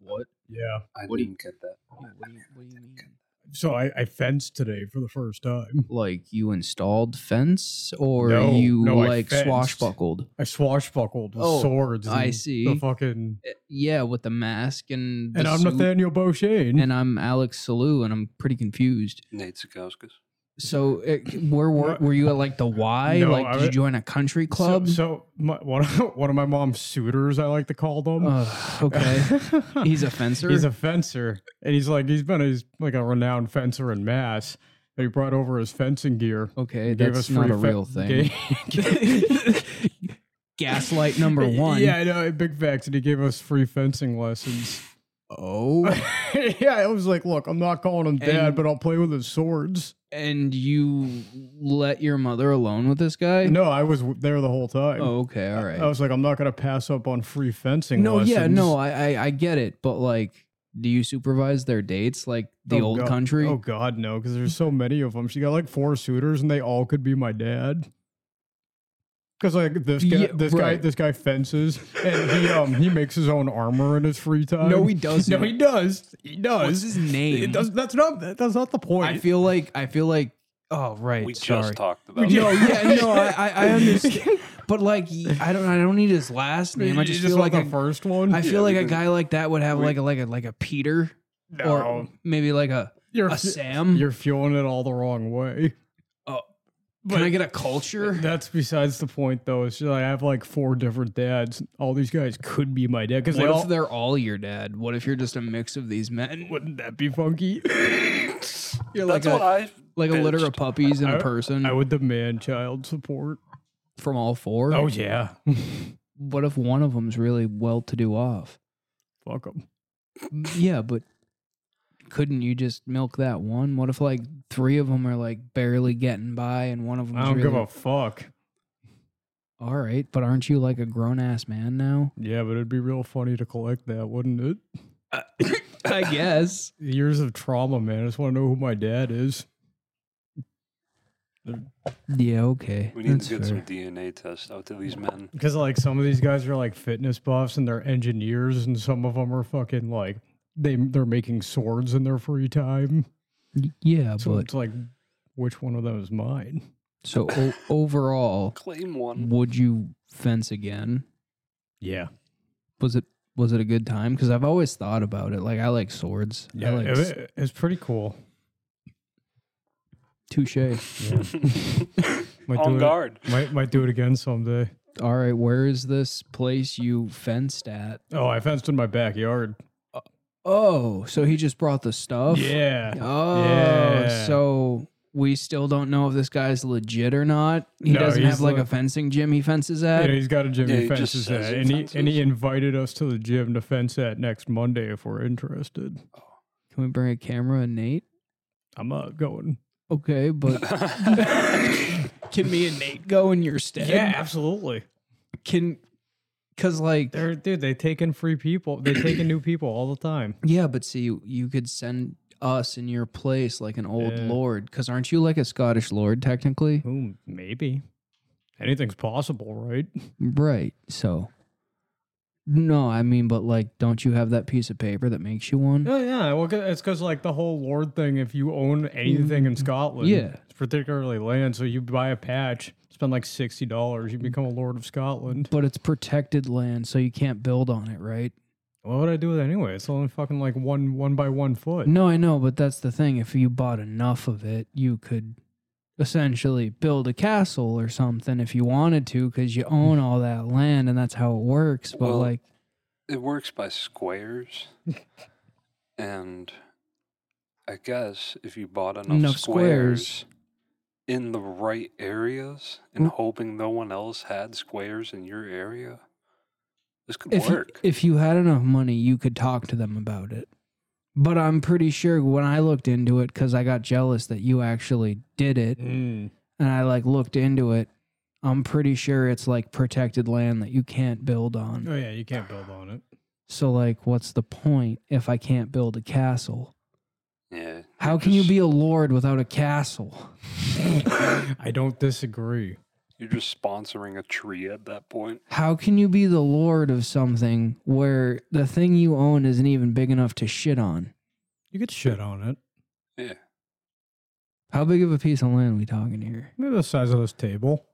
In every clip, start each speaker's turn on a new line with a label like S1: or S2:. S1: what?
S2: Yeah.
S3: I
S1: What do you-
S3: didn't get that.
S1: What do you, what do you mean?
S2: So I, I fenced today for the first time.
S1: Like you installed fence or
S2: No,
S1: you
S2: no, I
S1: like
S2: fenced.
S1: swashbuckled?
S2: I swashbuckled with
S1: Oh,
S2: swords.
S1: I
S2: and
S1: see.
S2: The fucking
S1: Uh, Yeah, with the mask and the
S2: and I'm
S1: suit,
S2: Nathaniel Beauchene.
S1: and I'm Alex Salou, and I'm pretty confused.
S3: Nate Sikowskis.
S1: So, it, where were, were you at like the Y?
S2: No,
S1: like,
S2: I
S1: did you
S2: was-
S1: join a country club?
S2: So, so my, one of- one of my mom's suitors, I like to call them.
S1: Ugh, Oh, okay, he's a fencer.
S2: He's a fencer, and he's like he's been a, he's like a renowned fencer in Mass. And he brought over his fencing gear.
S1: okay,
S2: and gave
S1: that's
S2: us free
S1: not a
S2: fe-
S1: real thing.
S2: gave-
S1: Gaslight number one.
S2: Yeah, I know. Big facts, and he gave us free fencing lessons.
S1: Oh,
S2: yeah, I was like, look, I'm not calling him dad,
S1: And-
S2: but I'll play with his swords.
S1: and you let your mother alone with this guy?
S2: No, I was w- there the whole time.
S1: Oh, okay, all right.
S2: I was like, I'm not gonna pass up on free fencing.
S1: no, yeah,
S2: lessons.
S1: no, uh, I, I I get it, but like, do you supervise their dates like the
S2: Oh,
S1: old
S2: God.
S1: country?
S2: Oh God, no! Because there's so many of them. She got like four suitors, and they all could be my dad. Because like this guy,
S1: Yeah,
S2: this guy,
S1: right.
S2: this guy fences, and he um he makes his own armor in his free time.
S1: No, he doesn't.
S2: No, he does. He does.
S1: What's his name?
S2: It does, that's not that- that's not the point.
S1: I feel like I feel like. Oh right,
S3: We
S1: sorry.
S3: just talked about
S1: No,
S3: that.
S1: yeah, no, I, I, I understand, but like, I don't, I don't need his last name. I
S2: You
S1: just,
S2: just
S1: feel
S2: want
S1: like
S2: the
S1: a,
S2: first one.
S1: I feel
S3: Yeah,
S1: like a
S3: because
S1: guy like that would have
S3: we-
S1: like a like a like a Peter
S2: no,
S1: or maybe like a
S2: you're
S1: a
S2: fu-
S1: Sam.
S2: you're fueling it all the wrong way.
S1: Oh,
S2: But
S1: Can I get a culture?
S2: That's besides the point, though. It's just I have like four different dads. All these guys could be my dad because they
S1: What
S2: all.
S1: if they're all your dad? What if you're just a mix of these men?
S2: Wouldn't that be funky?
S1: You're like uh,
S3: That's what
S1: a
S3: I
S1: like a litter of
S3: pitched.
S1: puppies and
S2: I-
S1: a person
S2: I would demand child support.
S1: from all four.
S2: yeah,
S1: What if one of them's really well to do off?
S2: fuck them.
S1: yeah, but couldn't you just milk that one? What if like three of them are like barely getting by and one of them?
S2: I don't give a fuck.
S1: All right, but aren't you like a grown ass man now?
S2: Yeah, but it'd be real funny to collect that, wouldn't it?
S1: I guess.
S2: Years of trauma, man. I just want to know who my dad is.
S1: Yeah. Okay.
S3: We need
S1: That's
S3: to get
S1: fair.
S3: some DNA tests out to these men.
S2: Because like some of these guys are like fitness buffs and they're engineers, and some of them are fucking like they they're making swords in their free time.
S1: Y- Yeah,
S2: So
S1: but
S2: it's like, which one of them is mine?
S1: so o- overall,
S3: Claim one.
S1: would you fence again?
S2: Yeah,
S1: Was it was it a good time? Because I've always thought about it. Like I like swords. I
S2: yeah.
S1: like
S2: it-
S1: s-
S2: it's pretty cool.
S1: touche.
S2: Might
S3: On
S2: do
S3: guard.
S2: It, might might do it again someday.
S1: All right, where is this place you fenced at?
S2: Oh, I fenced in my backyard.
S1: Oh, so he just brought the stuff.
S2: Yeah.
S1: Oh,
S2: Yeah.
S1: so we still don't know if this guy's legit or not. He
S2: No,
S1: doesn't have
S2: he's
S1: like
S2: le-
S1: a fencing gym he fences
S2: Yeah,
S1: at.
S2: he's got a gym
S3: Yeah,
S2: he
S3: he just
S2: fences
S3: says
S2: at,
S3: he
S2: and he and
S3: fences.
S2: he invited us to the gym to fence at next Monday if we're interested.
S1: Can we bring a camera and Nate?
S2: I'm not going.
S1: Okay, but can me and Nate go in your stead?
S2: absolutely.
S1: Can cuz like
S2: They're dude, they take in free people. They take in new people all the time.
S1: yeah, but see you could send us in your place like an old
S2: Yeah.
S1: lord cuz aren't you like a Scottish lord technically?
S2: Who maybe? Anything's possible, right?
S1: Right. So No, I mean but like don't you have that piece of paper that makes you one?
S2: Oh yeah. Well, 'cause- it's because like the whole lord thing. If you own anything in Scotland,
S1: Mm-hmm. Yeah.
S2: it's particularly land. So you buy a patch, spend like sixty dollars, you become a lord of Scotland.
S1: But it's protected land, so you can't build on it, right?
S2: What would I do with it anyway? It's only fucking like one one by one foot.
S1: No, I know, but that's the thing. If you bought enough of it, you could essentially build a castle or something if you wanted to, because you own all that land and that's how it works. But
S3: Well-
S1: like,
S3: It works by squares. and I guess if you bought enough,
S1: Enough
S3: squares,
S1: squares.
S3: in the right areas
S1: Mm.
S3: and hoping no one else had squares in your area, this could
S1: if you,
S3: work.
S1: if you had enough money, you could talk to them about it. But I'm pretty sure when I looked into it, because I got jealous that you actually did it,
S2: Mm.
S1: and I like looked into it. I'm pretty sure it's like protected land that you can't build on.
S2: Oh yeah, you can't build on it.
S1: So like, what's the point if I can't build a castle?
S3: yeah.
S1: How can you
S3: just-
S1: be a lord without a castle?
S2: I don't disagree.
S3: You're just sponsoring a tree at that point.
S1: How can you be the lord of something where the thing you own isn't even big enough to shit on?
S2: You could shit on it.
S3: Yeah.
S1: How big of a piece of land we talking here?
S2: Maybe the size of this table.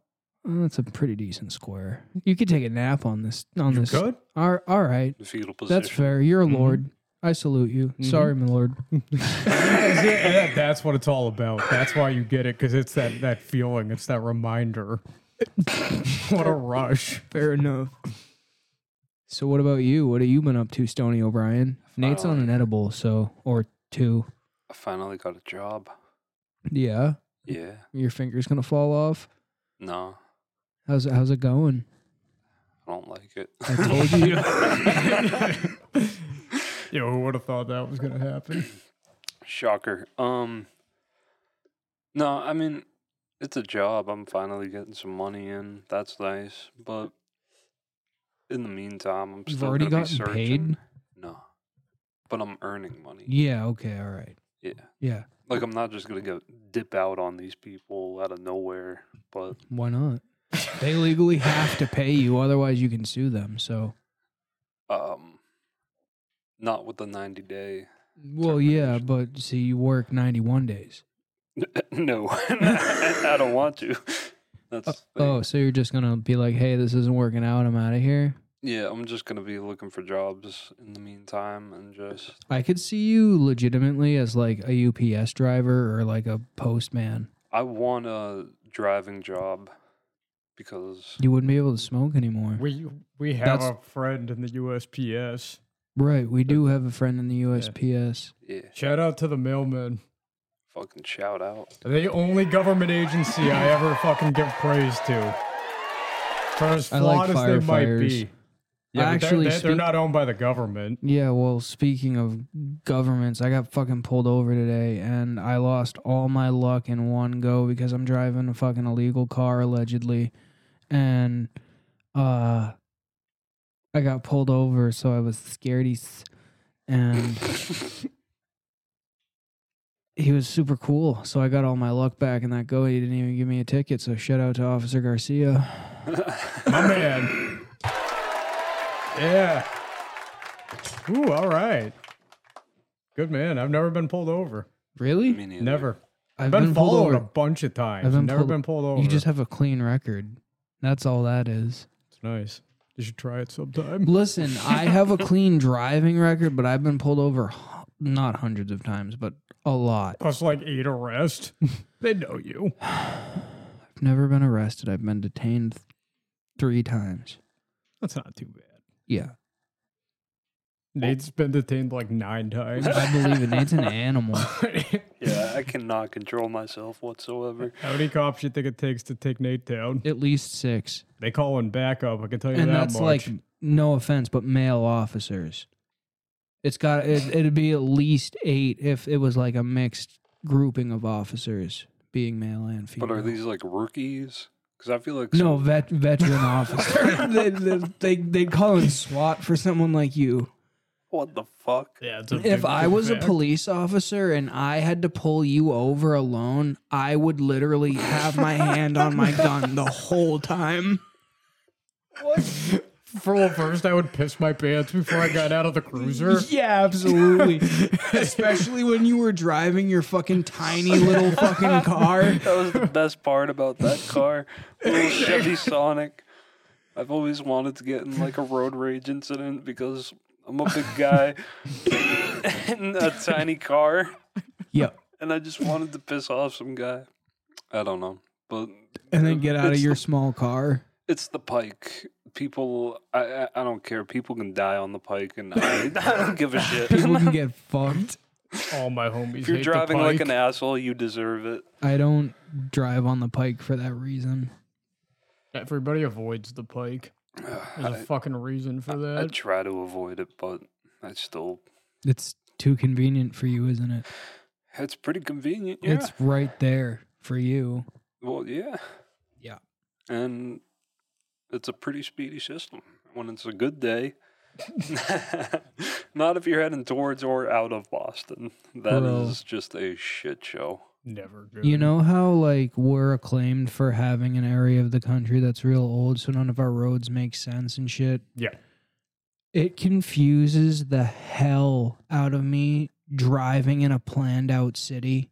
S1: Oh, that's a pretty decent square. You could take a nap on this. On
S2: You
S1: this.
S2: could.
S1: Ar- all right,
S3: The fetal position.
S1: that's fair. You're a
S2: Mhm.
S1: lord. I salute you.
S2: Mhm.
S1: Sorry, my lord.
S2: That's it. And that- that's what it's all about. That's why you get it because it's that that feeling. It's that reminder. what a rush!
S1: Fair enough. So, what about you? What have you been up to, Stony O'Brien? Nate's on an edible, so or two.
S3: I finally got a job.
S1: Yeah,
S3: Yeah.
S1: your finger's gonna fall off.
S3: No,
S1: How's it, how's it going?
S3: I don't like it.
S1: I told you.
S2: Yo, who would have thought that was gonna happen?
S3: Shocker. Um No, I mean it's a job. I'm finally getting some money in. That's nice. But in the meantime, I'm
S1: You've
S3: still
S1: already
S3: gonna be
S1: gotten
S3: searching.
S1: paid.
S3: No. But I'm earning money.
S1: Yeah. Okay. All right.
S3: Yeah.
S1: Yeah.
S3: Like I'm not just gonna go dip out on these people out of nowhere. But
S1: Why not? They legally have to pay you, otherwise you can sue them. So.
S3: um not with the ninety day
S1: Well, yeah, but see, you work ninety-one days.
S3: No. I don't want to. That's the thing.
S1: Uh, Oh, so you're just gonna be like, "Hey, this isn't working out. I'm out of here."
S3: Yeah, I'm just gonna be looking for jobs in the meantime and just
S1: I could see you legitimately as like a UPS driver or like a postman.
S3: I want a driving job because
S1: You wouldn't be able to smoke anymore.
S2: We we have
S1: That's-
S2: a friend in the USPS.
S1: right. We do have a friend in the USPS.
S3: yeah,
S2: Shout out to the mailman.
S3: fucking shout out.
S2: The only government agency I ever fucking give praise to. For as
S1: I like
S2: flawed as they might
S1: firefighters.
S2: be. Yeah, but
S1: Actually,
S2: they're, they're, they're
S1: speak-
S2: not owned by the government.
S1: Yeah, well, speaking of governments, I got fucking pulled over today and I lost all my luck in one go because I'm driving a fucking illegal car allegedly and uh I got pulled over so I was scared he's and he was super cool. So I got all my luck back in that go. He didn't even give me a ticket. So shout out to Officer Garcia.
S2: My man. Yeah. Ooh, all right. Good man. I've never been pulled over.
S1: Really?
S3: Me neither.
S2: Never.
S1: I've
S2: I've been,
S1: pulled
S2: followed
S1: over.
S2: a bunch of times.
S1: I've been
S2: never
S1: pulled-
S2: been pulled over.
S1: You just have a clean record. That's all that is.
S2: it's nice. You should try it sometime.
S1: Listen, I have a clean driving record, but I've been pulled over hu- not hundreds of times, but a lot.
S2: Plus like eight arrests. they know you.
S1: I've never been arrested. I've been detained th- three times.
S2: That's not too bad.
S1: Yeah.
S2: Nate's been detained like nine times.
S1: I believe it. Nate's an animal.
S3: Yeah, I cannot control myself whatsoever.
S2: How many cops you think it takes to take Nate down?
S1: At least six.
S2: They call in backup. I can tell you
S1: And
S2: that
S1: that's
S2: much.
S1: like, no offense, but male officers. It's got, it, it'd be at least eight if it was like a mixed grouping of officers being male and female.
S3: But are these like rookies? Because I feel like
S1: No,
S3: some-
S1: vet, veteran officer. they, they, they, they'd call in SWAT for someone like you.
S3: what the fuck?
S2: yeah, it's a big
S1: If I was a
S2: fact.
S1: police officer and I had to pull you over alone, I would literally have my hand on my gun the whole time.
S2: for well, first I would piss my pants before I got out of the cruiser.
S1: Yeah, absolutely. Especially when you were driving your fucking tiny little fucking car.
S3: That was the best part about that car. Little Chevy Sonic. I've always wanted to get in like a road rage incident because I'm a big guy in a tiny car
S1: Yep.
S3: and I just wanted to piss off some guy. I don't know. But
S1: And then get out of
S3: It's
S1: your small car.
S3: it's the pike. People I I, I don't care. People can die on the pike and I, I don't give a shit.
S1: People can get fucked.
S2: All my homies.
S3: If you're
S2: hate the
S3: driving like
S2: Pike.
S3: an asshole, you deserve it.
S1: I don't drive on the pike for that reason.
S2: everybody avoids the pike. There's a
S3: I-
S2: fucking reason for
S3: I
S2: that.
S3: try to avoid it, but I still
S1: It's too convenient for you, isn't it?
S3: it's pretty convenient. Yeah.
S1: It's right there for you.
S3: Well, yeah.
S1: Yeah.
S3: And it's a pretty speedy system when it's a good day. Not if you're heading towards or out of Boston. That is
S1: Bro.
S3: just a shit show.
S2: Never good.
S1: You know how like we're acclaimed for having an area of the country that's real old, so none of our roads make sense and shit.
S2: Yeah.
S1: It confuses the hell out of me driving in a planned out city.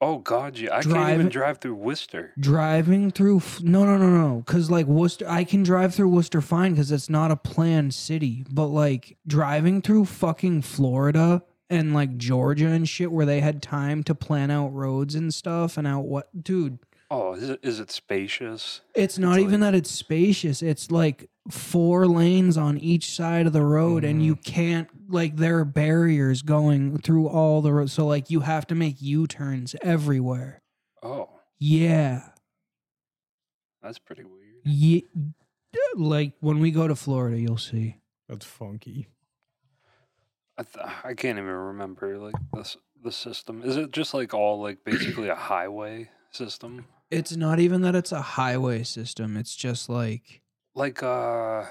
S3: Oh God, yeah, I can't
S1: Drive-
S3: even drive through Worcester.
S1: Driving through F- no no no no because like Worcester I can drive through Worcester fine because it's not a planned city but like driving through fucking Florida and like Georgia and shit where they had time to plan out roads and stuff and out what dude
S3: Oh, is it, is it spacious?
S1: It's not
S3: It's
S1: even that it's spacious. It's like four lanes on each side of the road, and you can't like there are barriers going through all the roads. So like you have to make U turns everywhere.
S3: Oh,
S1: Yeah,
S3: that's pretty weird.
S1: yeah. Like when we go to Florida, you'll see.
S2: That's funky.
S3: I, th- I can't even remember like this the system. Is it just like all like basically a highway system?
S1: It's not even that it's a highway system. It's just like
S3: Like uh,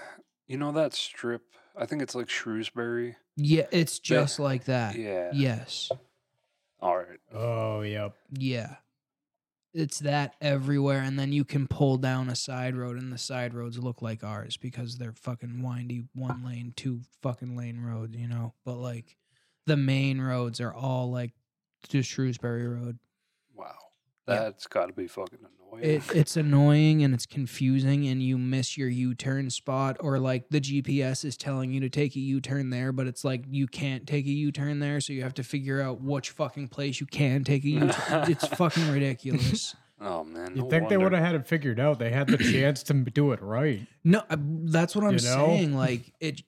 S3: you know that strip? I think it's like Shrewsbury.
S1: yeah, it's just like that.
S3: Yeah.
S1: Yes.
S3: All right.
S2: Oh, yep.
S1: Yeah. It's that everywhere. And then you can pull down a side road, and the side roads look like ours because they're fucking windy, one lane, two fucking lane roads, you know? But like the main roads are all like to Shrewsbury Road.
S3: Wow.
S1: Yeah.
S3: That's got to be fucking annoying.
S1: It, it's annoying and it's confusing, and you miss your U turn spot, or like the GPS is telling you to take a U turn there, but it's like you can't take a U turn there, so you have to figure out which fucking place you can take a U turn. it's fucking ridiculous.
S3: oh man.
S2: You
S3: no
S2: think they
S3: wonder.
S2: would have had it figured out? They had the chance to m- do it right.
S1: No, I- that's what I'm
S2: You know?
S1: saying. Like it,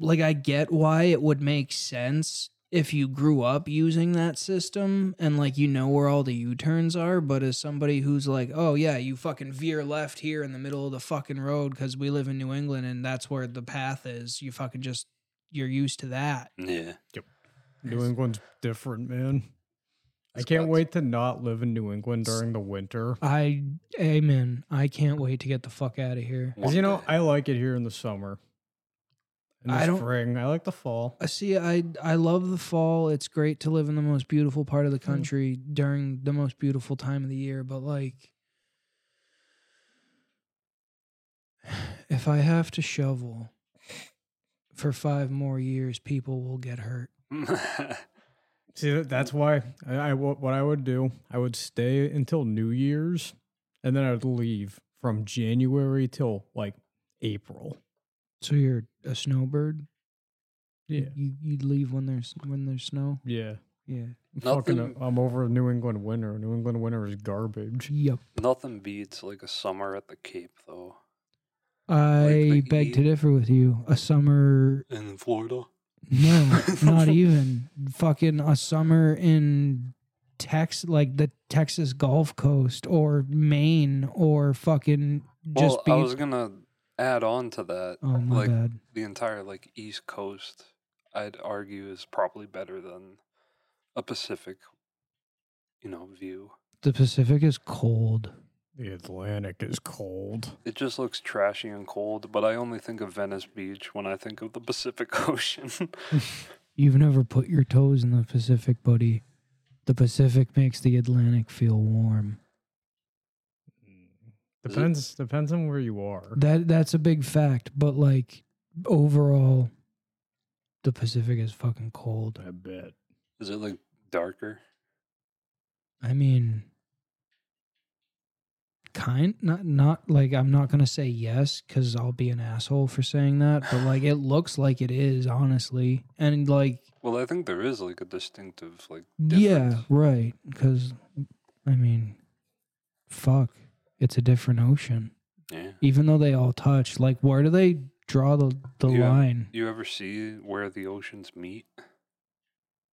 S1: like I get why it would make sense if you grew up using that system and like you know where all the U-turns are. But as somebody who's like, oh yeah, you fucking veer left here in the middle of the fucking road because we live in New England and that's where the path is. You fucking just you're used to that.
S3: Yeah.
S2: New England's different, man. I
S3: It's
S2: can't
S3: nuts.
S2: wait to not live in New England during the winter.
S1: I amen. I can't wait to get the fuck out of here.
S2: 'Cause, you know,
S3: One day.
S2: I like it here in the summer. In the
S1: I don't-
S2: spring. I like the fall.
S1: I see. I I love the fall. It's great to live in the most beautiful part of the country during the most beautiful time of the year. But like, if I have to shovel for five more years, people will get hurt.
S2: See, that- that's why I, I wo- what I would do, I would stay until New Year's and then I would leave from January till like April.
S1: So you're a snowbird.
S3: Hmm.
S1: You-
S2: Yeah.
S1: You you leave when there's when there's snow.
S2: Yeah.
S1: Yeah.
S2: Fucking,
S3: Nothing-
S2: I'm over New England winter. New England winter is garbage.
S1: Yep.
S3: Nothing beats like a summer at the Cape though.
S1: I
S3: like
S1: beg
S3: you-
S1: to differ with you. A summer
S3: In Florida.
S1: No, not even. Fucking a summer in Tex, like the Texas Gulf Coast or Maine or fucking just
S3: well,
S1: be.
S3: I was gonna add on to that.
S1: oh my
S3: like
S1: god!
S3: the entire like East Coast, I'd argue is probably better than a Pacific, you know, view.
S1: The Pacific is cold.
S2: The Atlantic is cold.
S3: It just looks trashy and cold, but I only think of Venice Beach when I think of the Pacific Ocean.
S1: You've never put your toes in the Pacific, buddy. The Pacific makes the Atlantic feel warm.
S3: Is it-
S2: Hmm. Depends depends on where you are.
S1: That that's a big fact, but like overall, the Pacific is fucking cold.
S2: I bet.
S3: is it like darker?
S1: I mean, kind not not like I'm not gonna say yes because I'll be an asshole for saying that, but like it looks like it is honestly, and like
S3: Well, I think there is like a distinctive like
S1: yeah,
S3: difference.
S1: right, because I mean, fuck, it's a different ocean.
S3: Yeah.
S1: Even though they all touch, like where do they draw the the
S3: Yeah.
S1: line?
S3: You ever see where the oceans meet?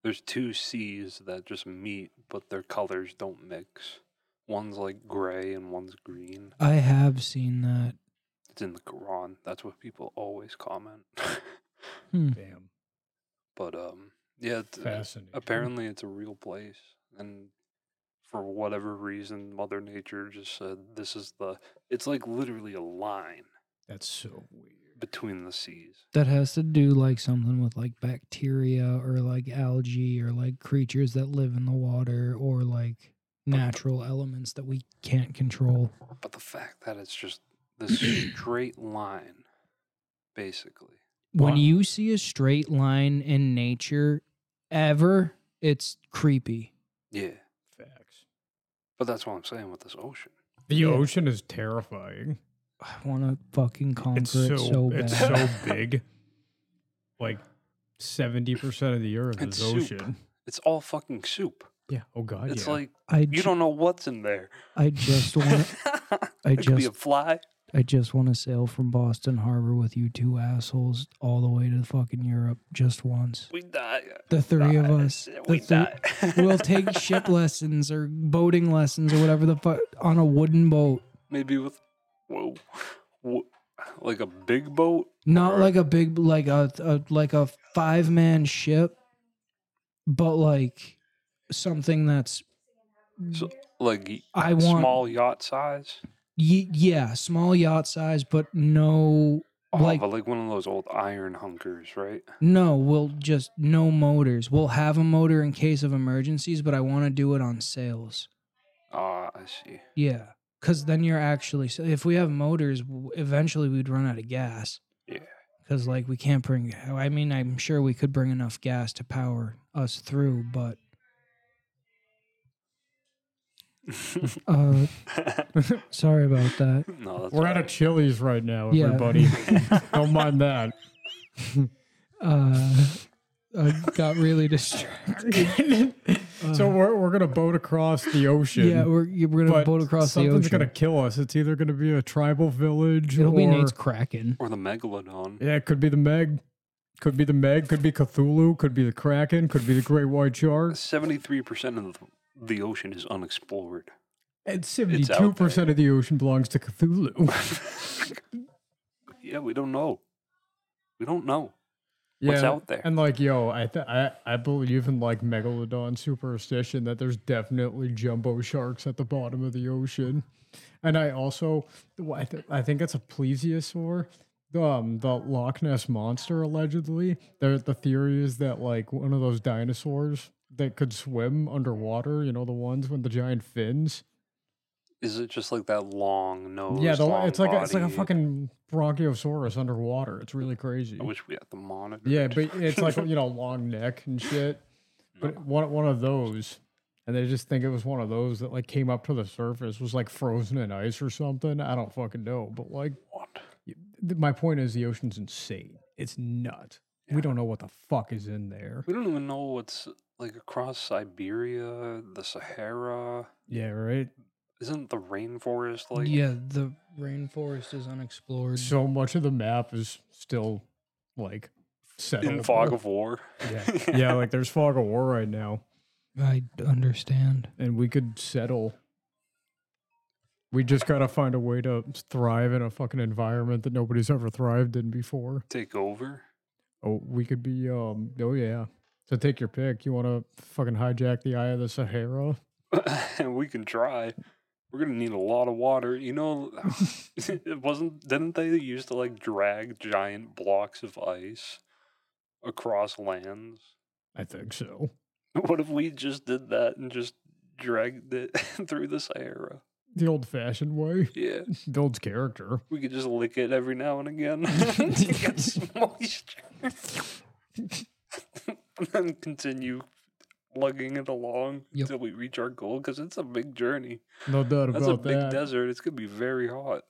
S3: There's two seas that just meet, but their colors don't mix. One's like gray and one's green.
S1: I have seen that.
S3: It's in the Quran. That's what people always comment.
S1: Hmm.
S2: Damn.
S3: but um, yeah. It's,
S2: Fascinating.
S3: apparently, it's a real place, and for whatever reason, Mother Nature just said this is the. It's like literally a line
S2: That's so weird.
S3: between the seas.
S1: That has to do like something with like bacteria or like algae or like creatures that live in the water or like natural elements that we can't control.
S3: But the fact that it's just this straight line, basically.
S1: When
S2: Wow.
S1: you see a straight line in nature ever, it's creepy.
S3: Yeah.
S2: Facts.
S3: But that's what I'm saying with this ocean.
S2: The
S1: Yeah.
S2: ocean is terrifying.
S1: I want to fucking conquer
S2: It's so,
S1: it so bad.
S2: it's so big. Like seventy percent of the earth
S3: It's
S2: is
S3: soup.
S2: ocean.
S3: It's all fucking soup.
S2: Yeah. Oh god.
S3: It's
S2: yeah.
S3: like
S1: I,
S3: you
S1: ju-
S3: don't know what's in there.
S1: I just want to. I
S3: it could be
S1: just
S3: a fly.
S1: I just want to sail from Boston Harbor with you two assholes all the way to fucking Europe just once.
S3: We die.
S1: The three of
S3: Die.
S1: us.
S3: We
S1: the three-
S3: die.
S1: we'll take ship lessons or boating lessons or whatever the fuck on a wooden boat.
S3: Maybe with whoa, whoa, like a big boat.
S1: Not
S3: Or-
S1: like a big like a, a like a five man ship, but like something that's
S3: So, like y-
S1: I want
S3: small yacht size.
S1: Ye- yeah, small yacht size, but no
S3: Oh,
S1: like
S3: but like one of those old iron hunkers, right?
S1: no, we'll just no motors. We'll have a motor in case of emergencies, but I want to do it on sails.
S3: Ah, I see.
S1: Yeah. Cuz then you're actually so if we have motors, w- eventually we'd run out of gas.
S3: Yeah.
S1: Cuz like we can't bring I mean, I'm sure we could bring enough gas to power us through, but uh sorry about that.
S3: no, that's
S2: we're out of
S3: alright.
S2: Chili's right now,
S1: Yeah.
S2: everybody. Don't mind that.
S1: Uh I got really distracted.
S2: so we're, we're gonna boat across the ocean.
S1: Uh. Yeah, we're we're gonna
S2: but
S1: boat across the
S2: something's
S1: ocean.
S2: gonna kill us. It's either gonna be a tribal village
S1: It'll
S2: or
S1: be Nate's Kraken.
S3: Or the megalodon.
S2: yeah, it could be the Meg, could be the Meg, could be Cthulhu, could be the Kraken, could be the Great White Shark.
S3: Seventy-three percent of the, the ocean is unexplored.
S2: And
S3: It's out
S2: seventy-two percent of the ocean belongs to Cthulhu.
S3: yeah, we don't know. We don't know.
S2: yeah.
S3: What's out there?
S2: And like, yo, I th- I I believe in like megalodon superstition that there's definitely jumbo sharks at the bottom of the ocean, and I also I, th- I think it's a plesiosaur, um, the Loch Ness monster allegedly. There, the theory is that like one of those dinosaurs that could swim underwater, you know, the ones with the giant fins.
S3: Is it just like that long nose?
S2: yeah, the,
S3: Oh, long
S2: it's like a, it's like a
S3: body?
S2: fucking brachiosaurus underwater. It's really crazy.
S3: I wish we had the monitor.
S2: Yeah, but it's like you know, long neck and shit. But
S3: Mm-hmm.
S2: one one of those, and they just think it was one of those that like came up to the surface, was like frozen in ice or something. I don't fucking know. But like,
S3: What?
S2: th- my point is, the ocean's insane. It's nuts.
S3: Yeah.
S2: We don't know what the fuck is in there.
S3: We don't even know what's like across Siberia, the Sahara.
S2: Yeah, right.
S3: Isn't the rainforest like?
S1: yeah, the rainforest is unexplored.
S2: So much of the map is still like settled.
S3: In fog of war.
S2: yeah, yeah. Like there's fog of war right now.
S1: I understand.
S2: and we could settle. We just gotta find a way to thrive in a fucking environment that nobody's ever thrived in before.
S3: Take over.
S2: Oh, we could be. Um. Oh yeah. So take your pick. You want to fucking hijack the Eye of the Sahara?
S3: and we can try. We're gonna need a lot of water. You know, it wasn't. Didn't they used to like drag giant blocks of ice across lands?
S2: I think so.
S3: What if we just did that and just dragged it through the Sahara?
S2: The old-fashioned way
S3: Yeah,
S2: builds character.
S3: we could just lick it every now and again to get some moisture, and then continue lugging it along
S1: Yep.
S3: until we reach our goal. Because it's a big journey.
S2: No doubt
S3: That's a
S2: about
S3: big
S2: that.
S3: desert. It's gonna be very hot.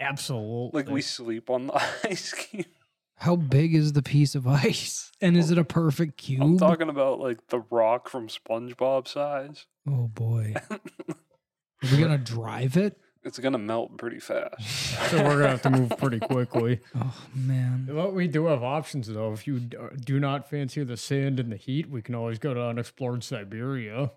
S2: Absolutely.
S3: Like we sleep on the ice cube.
S1: How big is the piece of ice? And is it a perfect cube?
S3: Oh. I'm talking about like the rock from SpongeBob size.
S1: oh boy. Are we gonna drive it?
S3: It's gonna melt pretty fast.
S2: so we're gonna have to move pretty quickly.
S1: Oh man.
S2: Well, we do have options though. If you d- uh, do not fancy the sand and the heat, we can always go to unexplored Siberia.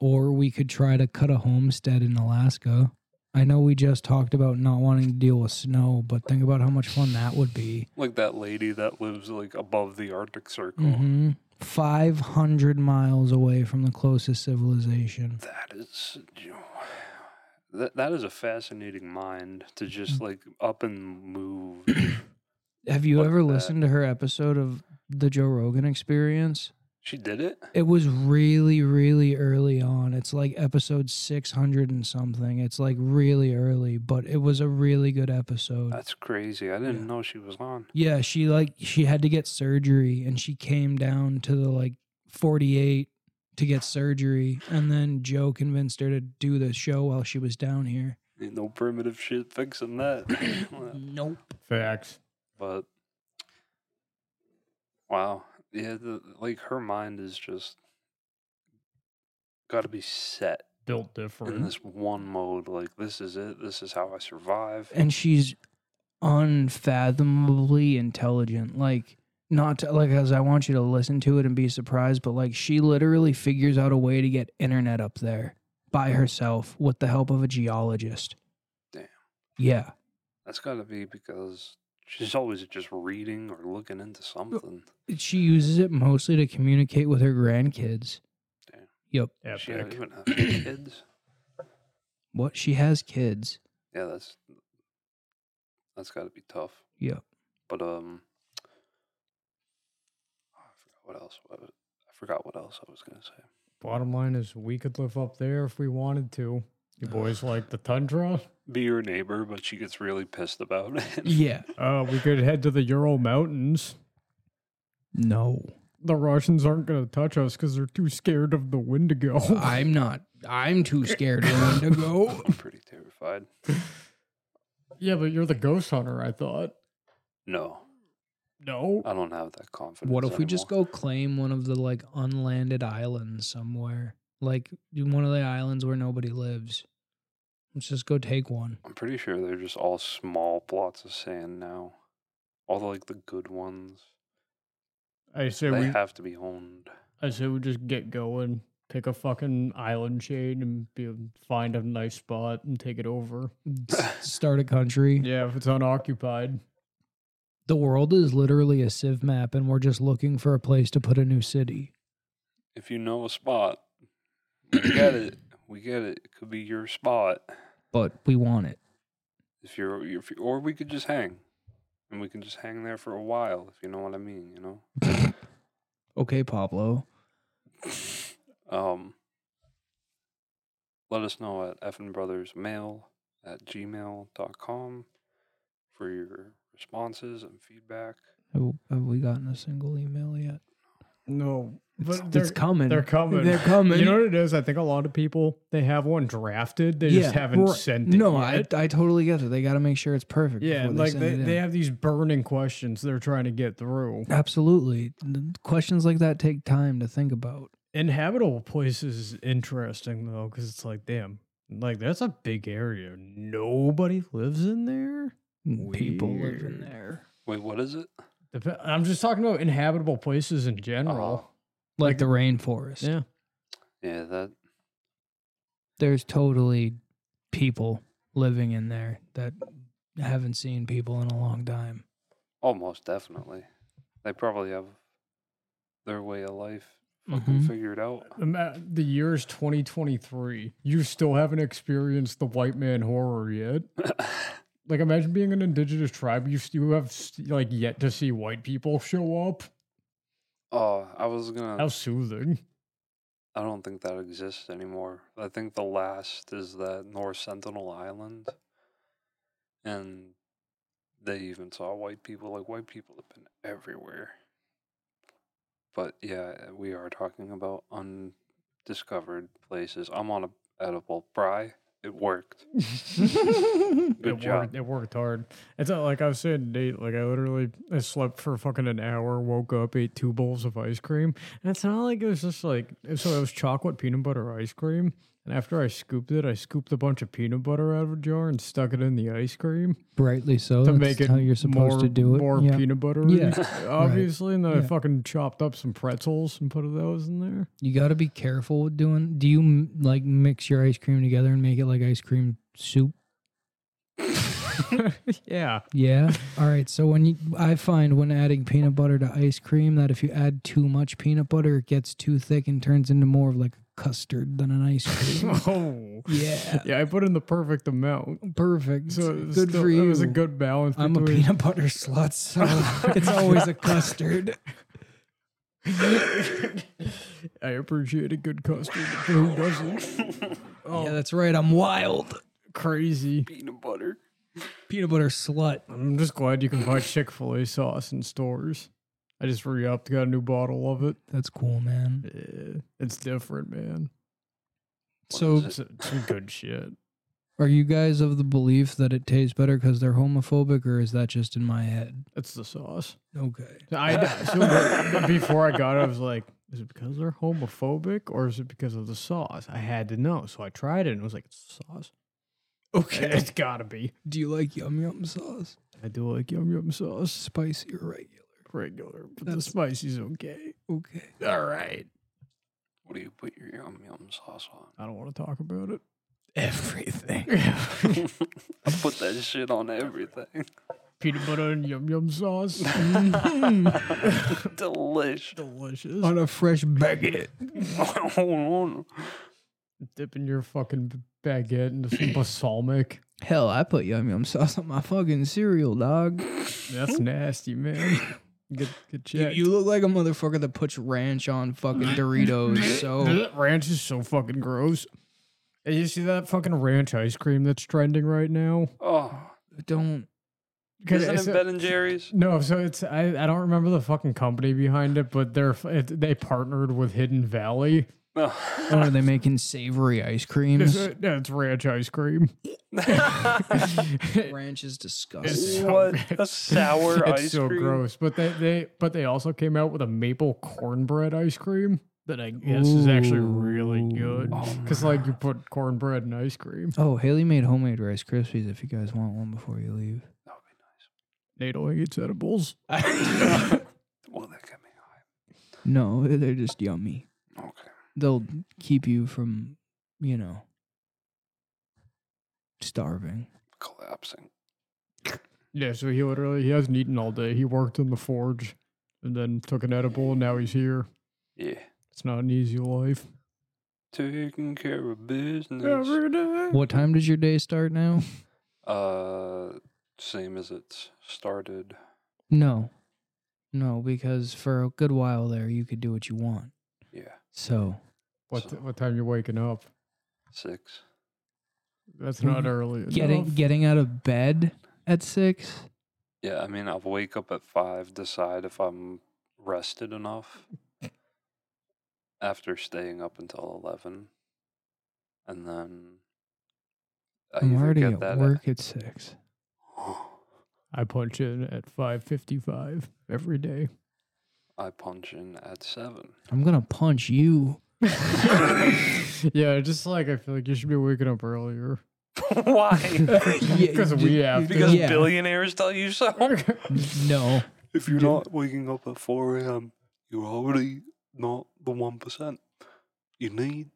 S1: Or we could try to cut a homestead in Alaska. I know we just talked about not wanting to deal with snow, but think about how much fun that would be.
S3: Like that lady that lives like above the Arctic Circle.
S1: hmm 500 miles away from the closest civilization.
S3: That is that, that is a fascinating mind to just like up and move.
S1: Have you
S3: Look
S1: ever
S3: at that.
S1: listened to her episode of the Joe Rogan experience?
S3: She did it.
S1: It was really, really early on. It's like episode 600 and something. It's like really early, but it was a really good episode.
S3: That's crazy. I didn't
S1: Yeah.
S3: know she was on.
S1: Yeah, she like she had to get surgery and she came down to the like 48 to get surgery and then Joe convinced her to do the show while she was down here.
S3: Ain't no primitive shit fixing that.
S1: Nope.
S2: Facts.
S3: but wow, yeah, the, like her mind is just got to be set
S2: Built
S3: in
S1: Mm-hmm.
S2: different.
S3: this one mode. Like this is it. This is how I survive.
S1: and she's unfathomably intelligent. Like not to, like as I want you to listen to it and be surprised, but like she literally figures out a way to get internet up there by herself with the help of a geologist.
S3: Damn.
S1: Yeah.
S3: That's got to be because she's always just reading or looking into something.
S1: She uses it mostly to communicate with her grandkids.
S3: Damn.
S1: Yep.
S3: She don't
S2: Epic.
S3: even have kids.
S1: What she has kids.
S3: Yeah, that's that's got to be tough.
S1: Yeah.
S3: But um, Oh, I forgot what else. I, was, I forgot what else I was gonna say.
S2: Bottom line is, we could live up there if we wanted to. You boys like the tundra?
S3: Be your neighbor, but she gets really pissed about it.
S1: Yeah.
S2: Uh, we could head to the Ural Mountains.
S1: No.
S2: The Russians aren't going to touch us because they're too scared of the Wendigo.
S1: I'm not. I'm too scared of to go.
S3: I'm pretty terrified.
S2: yeah, but you're the ghost hunter, I thought.
S3: No,
S2: No.
S3: I don't have that confidence.
S1: What if we just go claim one of the like unlanded islands somewhere? Like one of the islands where nobody lives. Let's just go take one.
S3: I'm pretty sure they're just all small plots of sand now. All the, like the good ones.
S2: I say
S3: they
S2: we.
S3: have to be owned.
S2: I say we just get going, pick a fucking island chain, and be, find a nice spot and take it over.
S1: S- Start a country.
S2: Yeah, if it's unoccupied.
S1: The world is literally a civ map and we're just looking for a place to put a new city.
S3: If you know a spot, we get it. We get it. It could be your spot.
S1: But we want it.
S3: If you're, if you, or we could just hang, and we can just hang there for a while. If you know what I mean, you know.
S1: Okay, Pablo.
S3: Um, let us know at effenbrothersmail at gmail.com for your responses and feedback.
S1: Have have we gotten a single email yet?
S2: No,
S1: It's,
S2: but
S1: it's coming.
S2: They're coming.
S1: They're coming.
S2: You know what it is? I think a lot of people they have one drafted. They just haven't
S1: right.
S2: sent it.
S1: No,
S2: yet.
S1: I I totally get it. They got to make sure it's perfect.
S2: yeah,
S1: before
S2: like
S1: send
S2: they,
S1: it in.
S2: they have these burning questions they're trying to get through.
S1: Absolutely. N- Questions like that take time to think about.
S2: Inhabitable places is interesting though, because it's like, damn, like that's a big area. Nobody lives in there.
S1: People live in
S2: Weird.
S1: there.
S3: Wait, what is it?
S2: Dep- I'm just talking about inhabitable places in general.
S1: Like, the rainforest.
S2: Yeah.
S3: Yeah, that
S1: There's totally people living in there that haven't seen people in a long time.
S3: almost definitely. They probably have their way of life fucking
S2: Mm-hmm.
S1: Mhm.
S3: figured out.
S2: Ima- uh, The year is 2023. You still haven't experienced the white man horror yet. Like, imagine being an indigenous tribe. You still have s- like yet to see white people show up.
S3: oh, I was
S2: How
S3: gonna.
S2: soothing!
S3: I don't think that exists anymore. I think the last is that North Sentinel Island, and they even saw white people. Like white people have been everywhere. But yeah, we are talking about undiscovered places. I'm on a edible pry. It worked.
S2: it
S3: job.
S2: worked. It worked hard. It's not like I was saying, to Nate. Like I literally, I slept for fucking an hour. Woke up, ate two bowls of ice cream, and it's not like it was just like. So it was chocolate peanut butter ice cream, and after I scooped it, I scooped a bunch of peanut butter out of a jar and stuck it in the ice cream.
S1: Brightly so.
S2: to
S1: that's
S2: make it
S1: how you're supposed
S2: more,
S1: to do it.
S2: More
S1: yeah.
S2: peanut butter,
S1: Yeah.
S2: obviously. And then I
S1: Yeah.
S2: fucking chopped up some pretzels and put those in there.
S1: You got to be careful with doing. Do you m- like mix your ice cream together and make it like ice cream soup?
S2: yeah,
S1: Yeah. All right. So when you, I find when adding peanut butter to ice cream that if you add too much peanut butter, it gets too thick and turns into more of like a custard than an ice cream.
S2: oh,
S1: yeah.
S2: yeah. I put in the perfect amount,
S1: Perfect.
S2: so it was
S1: good
S2: still-
S1: for
S2: It
S1: you.
S2: was a good balance.
S1: I'm a
S2: between-
S1: peanut butter slut, so it's always a custard.
S2: I appreciate a good custard. but Who doesn't? Oh.
S4: Yeah, that's right. I'm wild.
S2: Crazy.
S3: Peanut butter.
S4: Peanut butter slut.
S2: I'm just glad you can buy Chick fil A sauce in stores. I just re upped, got a new bottle of it.
S4: That's cool, man.
S2: Yeah, it's different, man.
S4: So,
S2: It's some good shit.
S1: Are you guys of the belief that it tastes better because they're homophobic, or is that just in my head?
S2: That's the sauce.
S1: Okay.
S2: I, so but before I got it, I was like, is it because they're homophobic or is it because of the sauce? I had to know. So I tried it and it was like, it's sauce.
S4: okay.
S2: It's gotta be.
S1: Do you like yum yum sauce?
S2: I do like yum yum sauce.
S1: Spicy or regular?
S2: Regular, but
S1: That's-
S2: the spicy's okay.
S1: Okay.
S4: All right.
S3: What do you put your yum yum sauce on?
S2: I don't want to talk about it.
S4: Everything.
S3: I put that shit on everything.
S2: Peanut butter and yum yum sauce.
S3: Delish.
S2: Delicious.
S1: On a fresh baguette.
S3: Hold on.
S2: Dipping your fucking baguette into some balsamic.
S1: Hell, I put yum yum sauce on my fucking cereal, dog.
S2: That's nasty, man. Good, good
S1: You,
S2: check.
S1: you look like a motherfucker that puts ranch on fucking Doritos. So
S2: ranch is so fucking gross. And you see that fucking ranch ice cream that's trending right now?
S3: Oh,
S1: don't.
S3: isn't
S2: it's
S3: it
S2: a-
S3: Ben and Jerry's?
S2: No, so it's I, I don't remember the fucking company behind it, but they're f- it, they partnered with Hidden Valley.
S3: No.
S1: Oh, are they making savory ice
S2: It's, uh,
S1: creams?
S2: yeah, it's ranch ice cream.
S1: ranch is disgusting.
S2: It's- so
S3: what
S2: bad.
S3: a sour
S2: it's
S3: ice
S2: so
S3: cream.
S2: gross. But they, they but they also came out with a maple cornbread ice cream that I guess is actually really good because like you put cornbread and ice cream.
S1: Oh, Haley made homemade Rice Krispies if you guys want one before you leave.
S3: That would be nice.
S2: Nate only eats edibles.
S3: Well, that got me
S1: No, they're just yummy.
S3: high. Okay.
S1: They'll keep you from, you know, starving.
S3: Collapsing.
S2: Yeah, so he literally he hasn't eaten all day. He worked in the forge and then took an edible and now he's here.
S3: Yeah.
S2: It's not an easy life.
S3: Taking care of business.
S2: day.
S1: What time does your day start now?
S3: Uh, same as it started.
S1: No. No, because for a good while there, you could do what you want.
S3: Yeah,
S1: So,
S2: What t- what time you waking up?
S3: six.
S2: That's not early.
S1: getting
S2: enough.
S1: getting out of bed at six?
S3: Yeah, I mean, I'll wake up at five, decide if I'm rested enough after staying up until eleven, and then I
S1: I'm
S3: either
S1: already
S3: get
S1: at
S3: that- uh,
S1: work at six.
S2: I punch in at five fifty five every day.
S3: I punch in at seven.
S1: I'm going to punch you.
S2: Yeah, just like I feel like you should be waking up earlier
S3: Why?
S2: because we have to.
S3: Because
S1: Yeah.
S3: billionaires tell you so.
S1: No.
S3: If you're not waking up at four a.m., you're already not the one percent. You need.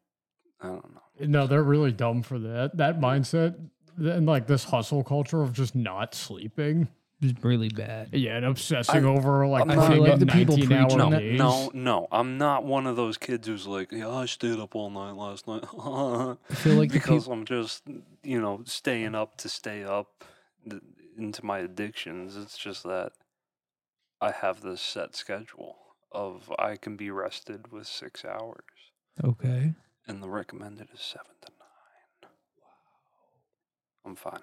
S3: I don't know.
S2: No, they're really dumb for that. That mindset th- and like this hustle culture of just not sleeping.
S1: It's really bad.
S2: Yeah, and obsessing
S3: I-
S2: over like
S3: I'm not- I
S1: like the people
S2: nineteen
S1: preaching
S2: hour
S3: No,
S1: that.
S2: days.
S3: no, no. I'm not one of those kids who's like, yeah, I stayed up all night last night.
S1: I feel like the
S3: because
S1: people,
S3: I'm just, you know, staying up to stay up th- into my addictions. It's just that I have this set schedule of I can be rested with six hours,
S1: okay.
S3: and the recommended is seven to nine. Wow. I'm fine.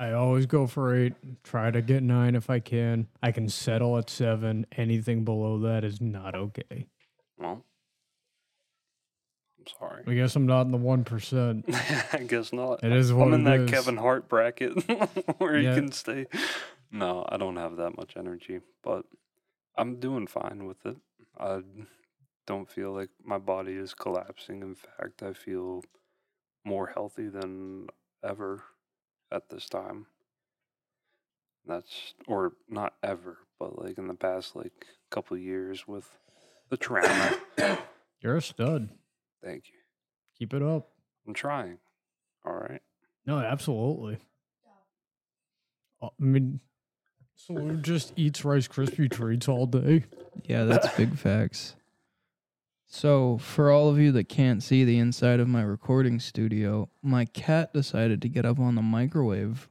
S2: I always go for eight. Try to get nine if I can. I can settle at seven. Anything below that is not okay.
S3: Well, I'm sorry.
S2: I guess I'm not in the one percent.
S3: I guess not.
S2: It is what
S3: I'm in
S2: it
S3: that
S2: is.
S3: Kevin Hart bracket where
S2: Yeah.
S3: you can stay. No, I don't have that much energy, but I'm doing fine with it. I don't feel like my body is collapsing. In fact, I feel more healthy than ever at this time. That's or not ever, but like in the past like couple years with the trauma.
S2: You're a stud.
S3: Thank you.
S2: Keep it up.
S3: I'm trying. All right.
S2: No, absolutely. Uh, I mean, Salute just eats Rice Krispie treats all day.
S1: Yeah, that's big facts. So, for all of you that can't see the inside of my recording studio, my cat decided to get up on the microwave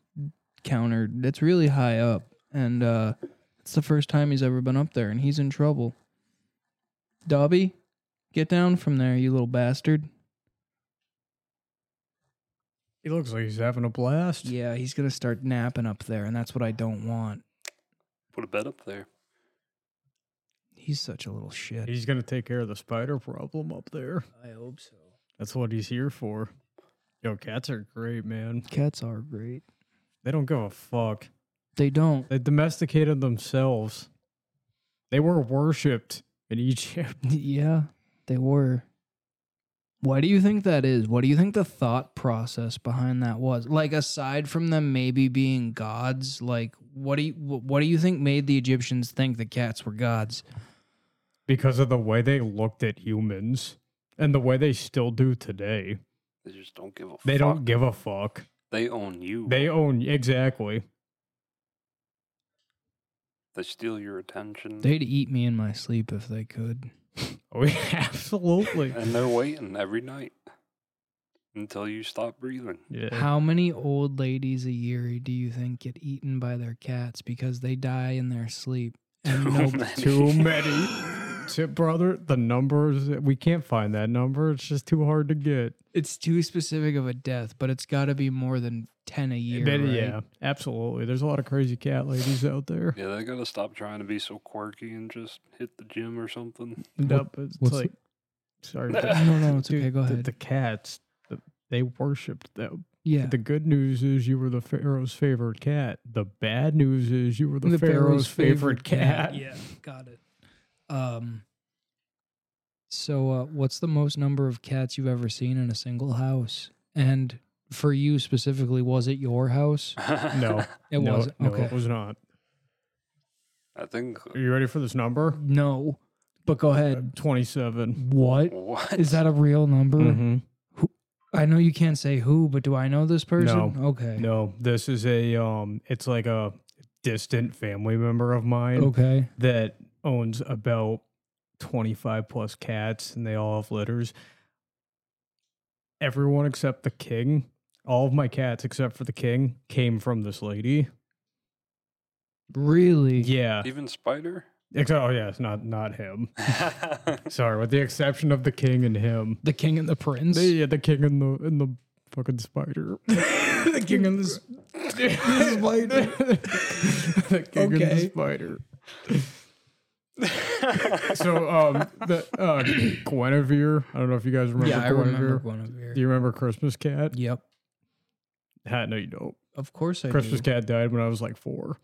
S1: counter that's really high up. And uh, it's the first time he's ever been up there, and he's in trouble. Dobby, get down from there, you little bastard.
S2: He looks like he's having a blast.
S1: Yeah, he's gonna start napping up there, and that's what I don't want.
S3: Put a bed up there.
S1: He's such a little shit.
S2: He's gonna take care of the spider problem up there.
S1: I hope so.
S2: That's what he's here for. Yo, cats are great, man.
S1: Cats are great.
S2: They don't give a fuck.
S1: They don't.
S2: They domesticated themselves. They were worshipped in Egypt.
S1: Yeah, they were. Why do you think that is? What do you think the thought process behind that was? Like aside from them maybe being gods, like what do you wh- what do you think made the Egyptians think the cats were gods?
S2: because of the way they looked at humans and the way they still do today.
S3: They just don't give a
S2: They
S3: fuck.
S2: don't give a fuck.
S3: They own you. They,
S2: They own exactly.
S3: steal your attention.
S1: They'd eat me in my sleep if they could.
S2: Oh, yeah, absolutely.
S3: and they're waiting every night until you stop breathing.
S2: Yeah.
S1: How many old ladies a year do you think get eaten by their cats because they die in their sleep? And
S3: Too
S1: no,
S3: many.
S2: Too many. Tip brother, the numbers we can't find that number. It's just too hard to get.
S1: it's too specific of a death, but it's got to be more than 10 a year.
S2: But
S1: right?
S2: Yeah, absolutely. There's a lot of crazy cat ladies out there.
S3: Yeah, they gotta stop trying to be so quirky and just hit the gym or something.
S2: Nope, it's
S1: what's-
S2: like sorry.
S1: No, no, it's
S2: dude,
S1: okay. Go
S2: the-
S1: ahead.
S2: The cats, the, they worshipped them.
S1: yeah.
S2: The good news is you were the Pharaoh's favorite cat. The bad news is you were the, Pharaoh's, favorite, cat.
S1: Yeah, got it. Um. So, uh, what's the most number of cats you've ever seen in a single house? And for you specifically, was it your house?
S2: No,
S1: It
S2: no,
S1: was
S2: no,
S1: okay.
S2: it was not.
S3: I think
S2: Are you ready for this number? Uh,
S1: No, but go ahead.
S2: Twenty-seven.
S1: What
S3: what
S1: is that a real number?
S2: Mm-hmm.
S1: I know you can't say who, but do I know this person? Okay.
S2: No, this is a um. It's like a distant family member of mine
S1: Okay.
S2: that owns about twenty-five plus cats, and they all have litters. Everyone except the king. All of my cats except for the king came from this lady.
S1: Really?
S2: Yeah.
S3: even spider?
S2: Ex- oh yeah, it's not not him.
S3: That's
S2: Sorry, with the exception of the king and him.
S1: The king and the prince.
S2: The, yeah, the king and the and the fucking spider. the king and the, s- the king and the
S1: Okay.
S2: spider. so um the uh Guinevere, I don't know if you guys remember
S1: yeah, I
S2: Guinevere.
S1: remember one of your.
S2: Do you remember Christmas Cat?
S1: Yep.
S2: Ah, no, you don't.
S1: Of course I
S2: Christmas
S1: do.
S2: Cat died when I was like four.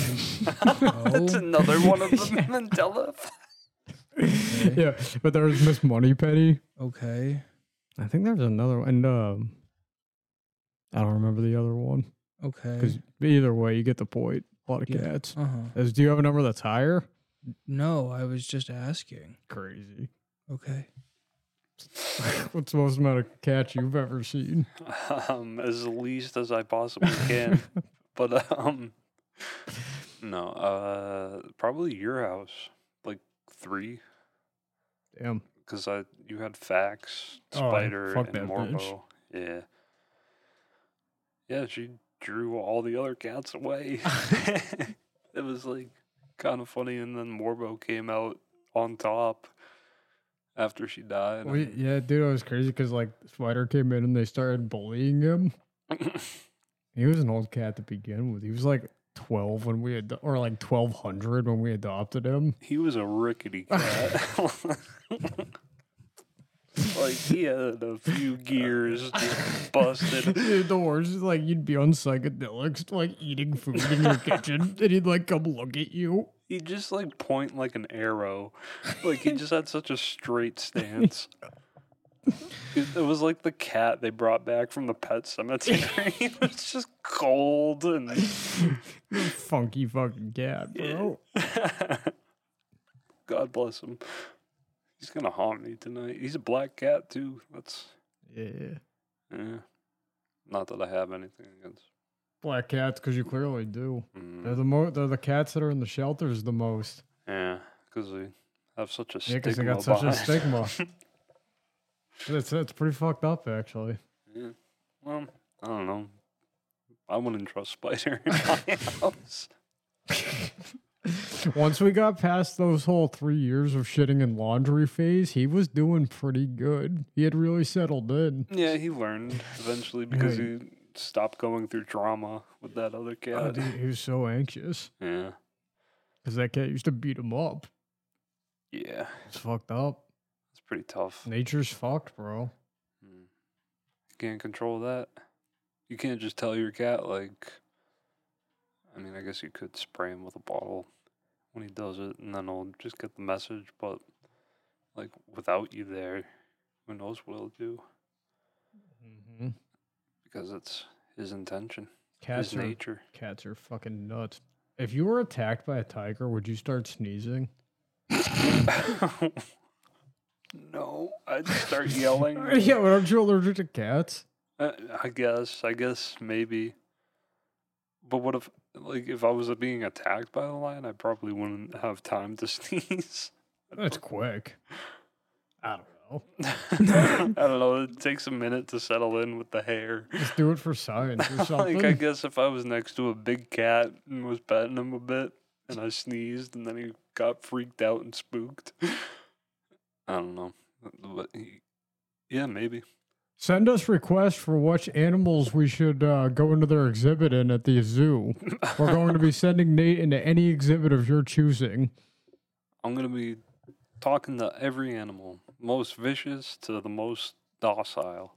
S1: Oh.
S3: another one of the Mandela. effect.
S1: Okay.
S2: Yeah, but there was Miss Moneypenny.
S1: okay.
S2: I think there was another one, and um, I don't remember the other one.
S1: Okay.
S2: Because either way, you get the point. A lot of
S1: Yeah.
S2: cats.
S1: Uh huh.
S2: Is, do you have a number that's higher?
S1: No, I was just asking.
S2: Crazy.
S1: Okay.
S2: What's the most amount of cats you've ever seen?
S3: um, as least as I possibly can. but um, no, uh, probably your house, like three,
S2: Damn.
S3: because I you had fax,
S2: Oh, I-
S3: spider,
S2: fuck that
S3: and
S2: bitch.
S3: Morbo. Yeah, yeah, she drew all the other cats away. it was like kind of funny, and then Morbo came out on top after she died.
S2: Well, y- yeah, dude, it was crazy because like Spider came in and they started bullying him. He was an old cat to begin with. He was like twelve when we had, or like twelve hundred when we adopted him.
S3: He was a rickety cat. like he had a few gears just busted.
S2: Dude, the worst is like you'd be on psychedelics, like eating food in your kitchen, and he'd like come look at you.
S3: He just like point like an arrow. Like he just had such a straight stance. It it was like the cat they brought back from the pet cemetery. it was just cold and
S2: Funky fucking cat, bro.
S3: God bless him. He's gonna haunt me tonight. He's a black cat too. That's
S2: Yeah.
S3: yeah. Not that I have anything against.
S2: Black cats, because you clearly do.
S3: Mm.
S2: They're the mo- they're the cats that are in the shelters the most.
S3: Yeah, because they have such a
S2: Yeah,
S3: stigma.
S2: because they got such a
S3: behind-
S2: stigma. That's that's pretty fucked up, actually.
S3: Yeah. Well, I don't know. I wouldn't trust Spider in my house.
S2: Once we got past those whole three years of shitting in laundry phase, he was doing pretty good. He had really settled in.
S3: Yeah, he learned eventually because he stopped going through drama with that other
S2: Oh,
S3: cat.
S2: dude, he was so anxious
S3: Uh, Yeah.
S2: because that cat used to beat him up.
S3: Yeah.
S2: It's fucked up.
S3: It's pretty tough.
S2: Nature's fucked, bro.
S3: Mm. You can't control that. You can't just tell your cat, like, I mean, I guess you could spray him with a bottle when he does it, and then he'll just get the message, but, like, without you there, who knows what he'll do?
S2: Mm-hmm.
S3: Because it's his intention,
S2: Cats
S3: his
S2: are
S3: nature.
S2: cats are fucking nuts. If you were attacked by a tiger, would you start sneezing?
S3: no, I'd start yelling.
S2: yeah, but aren't you allergic to cats?
S3: Uh, I guess, I guess maybe. But what if, like, if I was being attacked by a lion, I probably wouldn't have time to sneeze.
S2: That's quick. I don't know.
S3: I don't know. It takes a minute to settle in with the hair.
S2: Just do it for science or something.
S3: like, I guess if I was next to a big cat and was petting him a bit, and I sneezed, and then he got freaked out and spooked. I don't know. But he, yeah, maybe.
S2: Send us requests for which animals we should uh, go into their exhibit in at the zoo. We're going to be sending Nate into any exhibit of your choosing.
S3: I'm gonna be talking to every animal, most vicious to the most docile.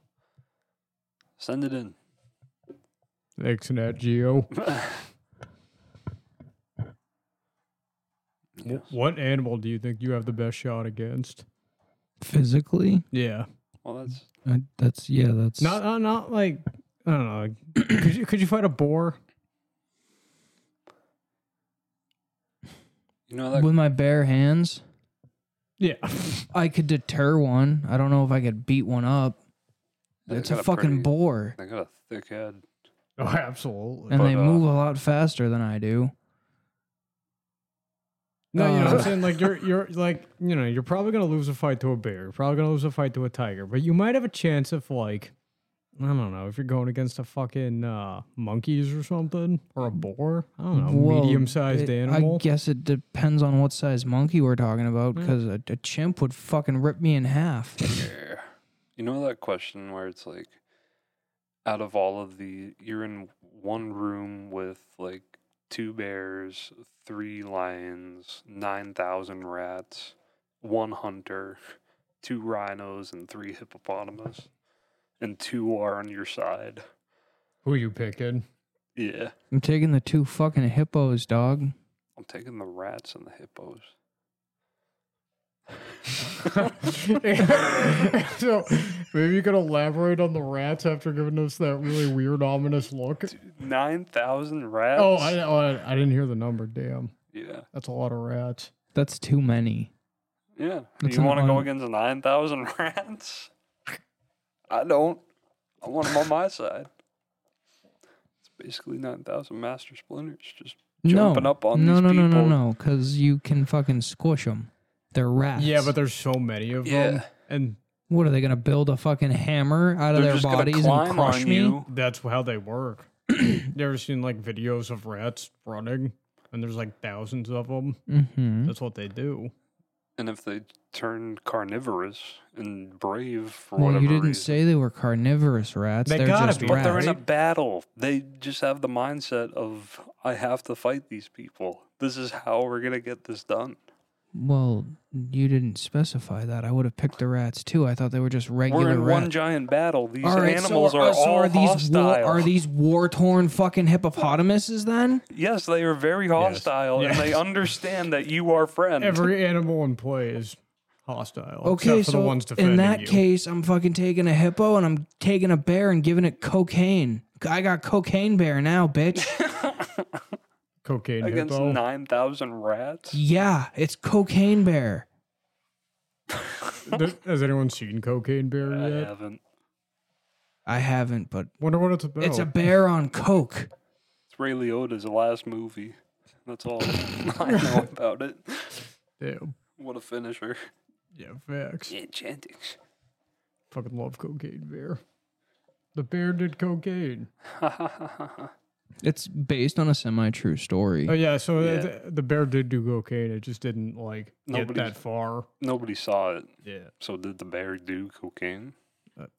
S3: Send it in.
S2: Thanks, Nat Geo.
S3: Yes.
S2: What animal do you think you have the best shot against?
S1: Physically,
S2: Yeah,
S3: Well, that's
S1: I, that's yeah, that's
S2: not uh, not like I don't know. like, could you could you fight a boar?
S3: you know that
S1: with my bare hands.
S2: Yeah,
S1: I could deter one. I don't know if I could beat one up.
S3: They
S1: It's
S3: got
S1: a
S3: a
S1: fucking
S3: pretty-
S1: boar,
S3: they got a thick head.
S2: oh, absolutely.
S1: and
S3: But,
S1: they
S3: uh,
S1: move a lot faster than I do.
S2: No, you know what I'm
S1: Uh,
S2: saying? Like you're you're like, you know, you're probably gonna lose a fight to a bear, you're probably gonna lose a fight to a tiger, but you might have a chance if like I don't know, if you're going against a fucking uh monkeys or something or a boar. I don't know,
S1: Well,
S2: medium sized
S1: it- I
S2: animal. Hmm.
S1: guess it depends on what size monkey we're talking about, because a, a chimp would fucking rip me in half.
S3: Yeah. You know that question where it's like, out of all of the, you're in one room with like two bears, three lions, 9,000 rats, one hunter, two rhinos, and three hippopotamus. And two are on your side.
S2: Who are you picking?
S3: Yeah.
S1: I'm taking the two fucking hippos, dog.
S3: I'm taking the rats and the hippos.
S2: so maybe you could elaborate on the rats after giving us that really weird ominous look.
S3: 9,000 rats?
S2: Oh, I, oh, I I didn't hear the number. Damn,
S3: yeah.
S2: that's a lot of rats.
S1: That's too many.
S3: Yeah.
S1: That's
S3: you
S1: an
S3: want to go
S1: un-
S3: against 9,000 rats? I don't. I want them on my side. It's basically 9,000 master splinters. Just Jumping
S1: no.
S3: up on
S1: no,
S3: these
S1: no, no, no,
S3: people.
S1: no, because you can fucking squish them. They're rats.
S2: Yeah, but there's so many of them,
S3: Yeah.
S2: and
S1: what are they gonna build a fucking hammer out of
S3: they're
S1: their
S3: just gonna
S1: bodies and
S3: climb
S1: crush
S3: on
S1: me?
S3: you.
S2: That's how they work. you ever seen like videos of rats running, and there's like thousands of them.
S1: Mm-hmm.
S2: That's what they do.
S3: And if they turn carnivorous and brave for
S1: Well,
S3: whatever
S1: you didn't
S3: reason,
S1: say they were carnivorous rats.
S2: They
S1: are
S2: gotta
S1: just
S2: be,
S3: but they're in a
S1: rats.
S3: battle. They just have the mindset of I have to fight these people. This is how we're gonna get this done.
S1: Well, you didn't specify that. I would have picked the rats too. I thought they were just regular
S3: we're in
S1: rats.
S3: one giant battle. These
S1: all right,
S3: animals
S1: so,
S3: are
S1: uh, so
S3: all
S1: are these
S3: hostile.
S1: war, are these war torn fucking hippopotamuses then?
S3: Yes, they are very hostile,
S2: Yes.
S3: and they understand that you are friend.
S2: Every animal in play is hostile.
S1: Um, Okay,
S2: except for
S1: so
S2: the ones defending
S1: in that
S2: you.
S1: case, I'm fucking taking a hippo and I'm taking a bear and giving it cocaine. I got cocaine bear now, bitch.
S2: cocaine
S3: against
S2: hippo.
S3: nine thousand rats.
S1: yeah, it's cocaine bear.
S2: Th- Has anyone seen Cocaine Bear
S1: Uh,
S3: I
S2: yet?
S3: haven't.
S1: I haven't, but
S2: Wonder what it's about.
S1: it's a bear on coke.
S3: It's Ray Liotta's last movie. That's all I know about it.
S2: Damn.
S3: What a finisher!
S2: Yeah, facts.
S3: Enchanting.
S2: Fucking love Cocaine Bear. The bear did cocaine.
S1: It's based on a semi true story.
S2: Oh yeah, so
S3: Yeah.
S2: The, the bear did do cocaine. It just didn't like get
S3: Nobody's-
S2: that far.
S3: Nobody saw it.
S2: Yeah.
S3: So did the bear do cocaine?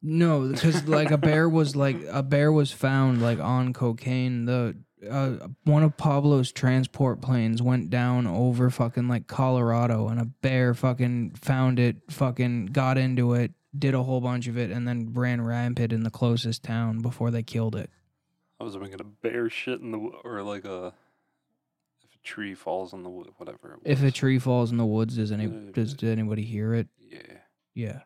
S1: No, because like a bear was like a bear was found like on cocaine. The uh, one of Pablo's transport planes went down over fucking like Colorado, and a bear fucking found it, fucking got into it, did a whole bunch of it, and then ran rampant in the closest town before they killed it.
S3: I was thinking a bear shit in the wo- or like a if a tree falls in the wood, whatever. It
S1: If a
S3: was.
S1: tree falls in the woods, does any
S3: Yeah,
S1: does did anybody hear it?
S3: yeah,
S1: Yeah,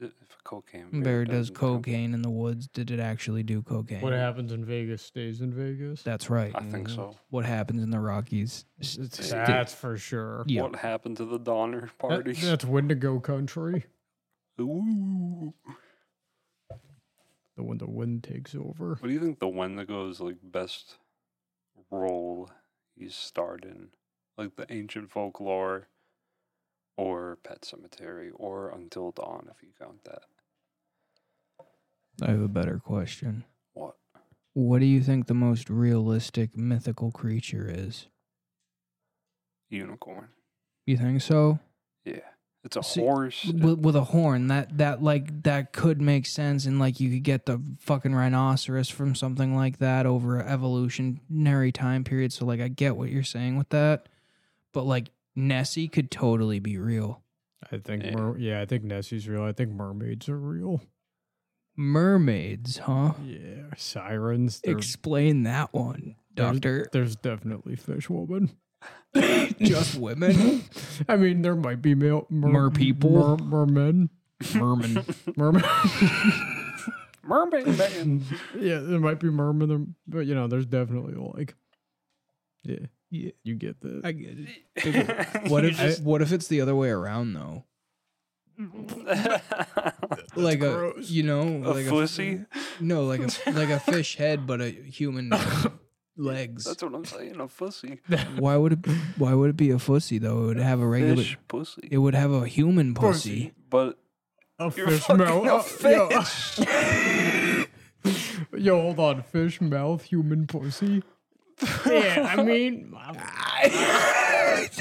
S3: D- if a cocaine
S1: bear does
S3: doesn't count.
S1: cocaine in the woods. Did it actually do cocaine?
S2: What happens in Vegas stays in Vegas.
S1: That's right. Mm-hmm.
S3: I think so.
S1: What happens in the Rockies?
S2: That's,
S3: sti-
S2: for sure.
S1: Yeah.
S3: What happened to the Donner
S2: That-
S3: parties?
S2: that's Wendigo country.
S3: Ooh.
S2: The when the wind takes over.
S3: What do you think the Wendigo's like best role he's starred in? Like the ancient folklore or Pet Cemetery or Until Dawn if you count that.
S1: I have a better question.
S3: What?
S1: What do you think the most realistic mythical creature is?
S3: Unicorn.
S1: You think so?
S3: Yeah. It's a
S1: See,
S3: horse. and-
S1: With, with a horn, that that like that could make sense, and like you could get the fucking rhinoceros from something like that over an evolutionary time period. So like, I get what you're saying with that, but like Nessie could totally be real.
S2: I think.
S3: Yeah.
S2: Mer- yeah, I think Nessie's real. I think mermaids are real.
S1: Mermaids, huh?
S2: Yeah, sirens. they're-
S1: Explain that one,
S2: there's-
S1: Doctor.
S2: There's definitely fish woman.
S1: Just women,
S2: I mean, there might be male mer-
S1: Mer people?
S2: mer- mermen,
S1: merman.
S2: mermen.
S3: Mermaid man.
S2: yeah, there might be mermen, there, but you know, there's definitely like, yeah, yeah, you get that.
S1: I get it. What if
S2: just-
S1: what if it's the other way around though? like a
S2: gross.
S1: you know
S3: a
S1: like
S3: pussy?
S1: a no like a like a fish head but a human legs.
S3: That's what I'm saying. A pussy.
S1: Why would it why would it be a fussy though? It would have a regular
S3: Fish pussy.
S1: it would have a human pussy.
S2: Pussy.
S3: But
S2: a
S3: you're
S2: fish
S3: fucking
S2: mouth. Uh,
S3: a
S2: yo- Yo, hold on, fish mouth, human pussy. yeah, I mean,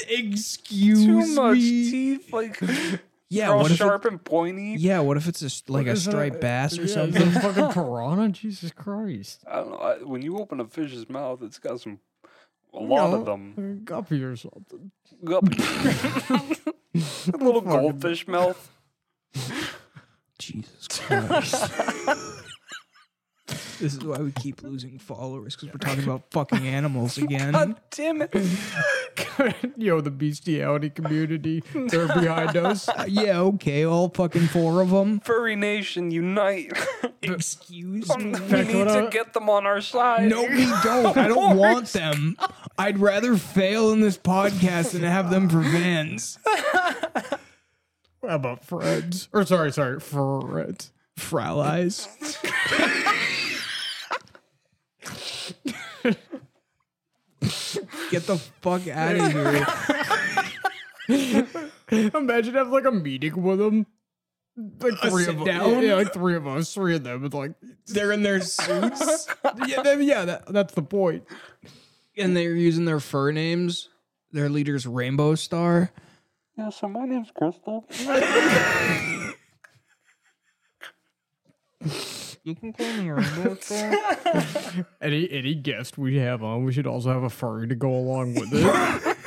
S1: Excuse
S3: too much
S1: me.
S3: teeth. Like
S1: yeah,
S3: they're all
S1: what if it-
S3: sharp and pointy.
S1: yeah, what if it's a, s- like a striped bass or something?
S2: fucking piranha, Jesus Christ!
S3: I don't know. I, when you open a fish's mouth, it's got some. A lot of
S2: No,
S3: them.
S2: a Guppy or something.
S3: Yup. a little goldfish mouth.
S1: Jesus Christ. This is why we keep losing followers because we're talking about fucking animals again.
S3: God damn it.
S2: Yo, the bestiality community—they're behind us.
S1: Uh, yeah, okay, all fucking four of them.
S3: Furry Nation, unite. Um,
S1: Excuse
S3: we
S1: me.
S3: need
S2: Fact, what
S3: to
S2: I-
S3: get them on our side.
S1: No, we don't. I don't want them. I'd rather fail in this podcast than have them for fans.
S2: How about friends? Or sorry, sorry, friends.
S1: Fralies. Get the fuck out of here.
S2: Imagine having like a meeting with them. Like three
S1: sit
S2: of
S1: down?
S2: us. Yeah, like three of us, three of them. It's like
S1: They're in their suits
S2: yeah, that- yeah, that, that's the point.
S1: and they're using their fur names. Their leader's Rainbow Star.
S3: Yeah, so my name's Crystal.
S1: You can call me Rainbow Star.
S2: Any any guest we have on, we should also have a furry to go along with it.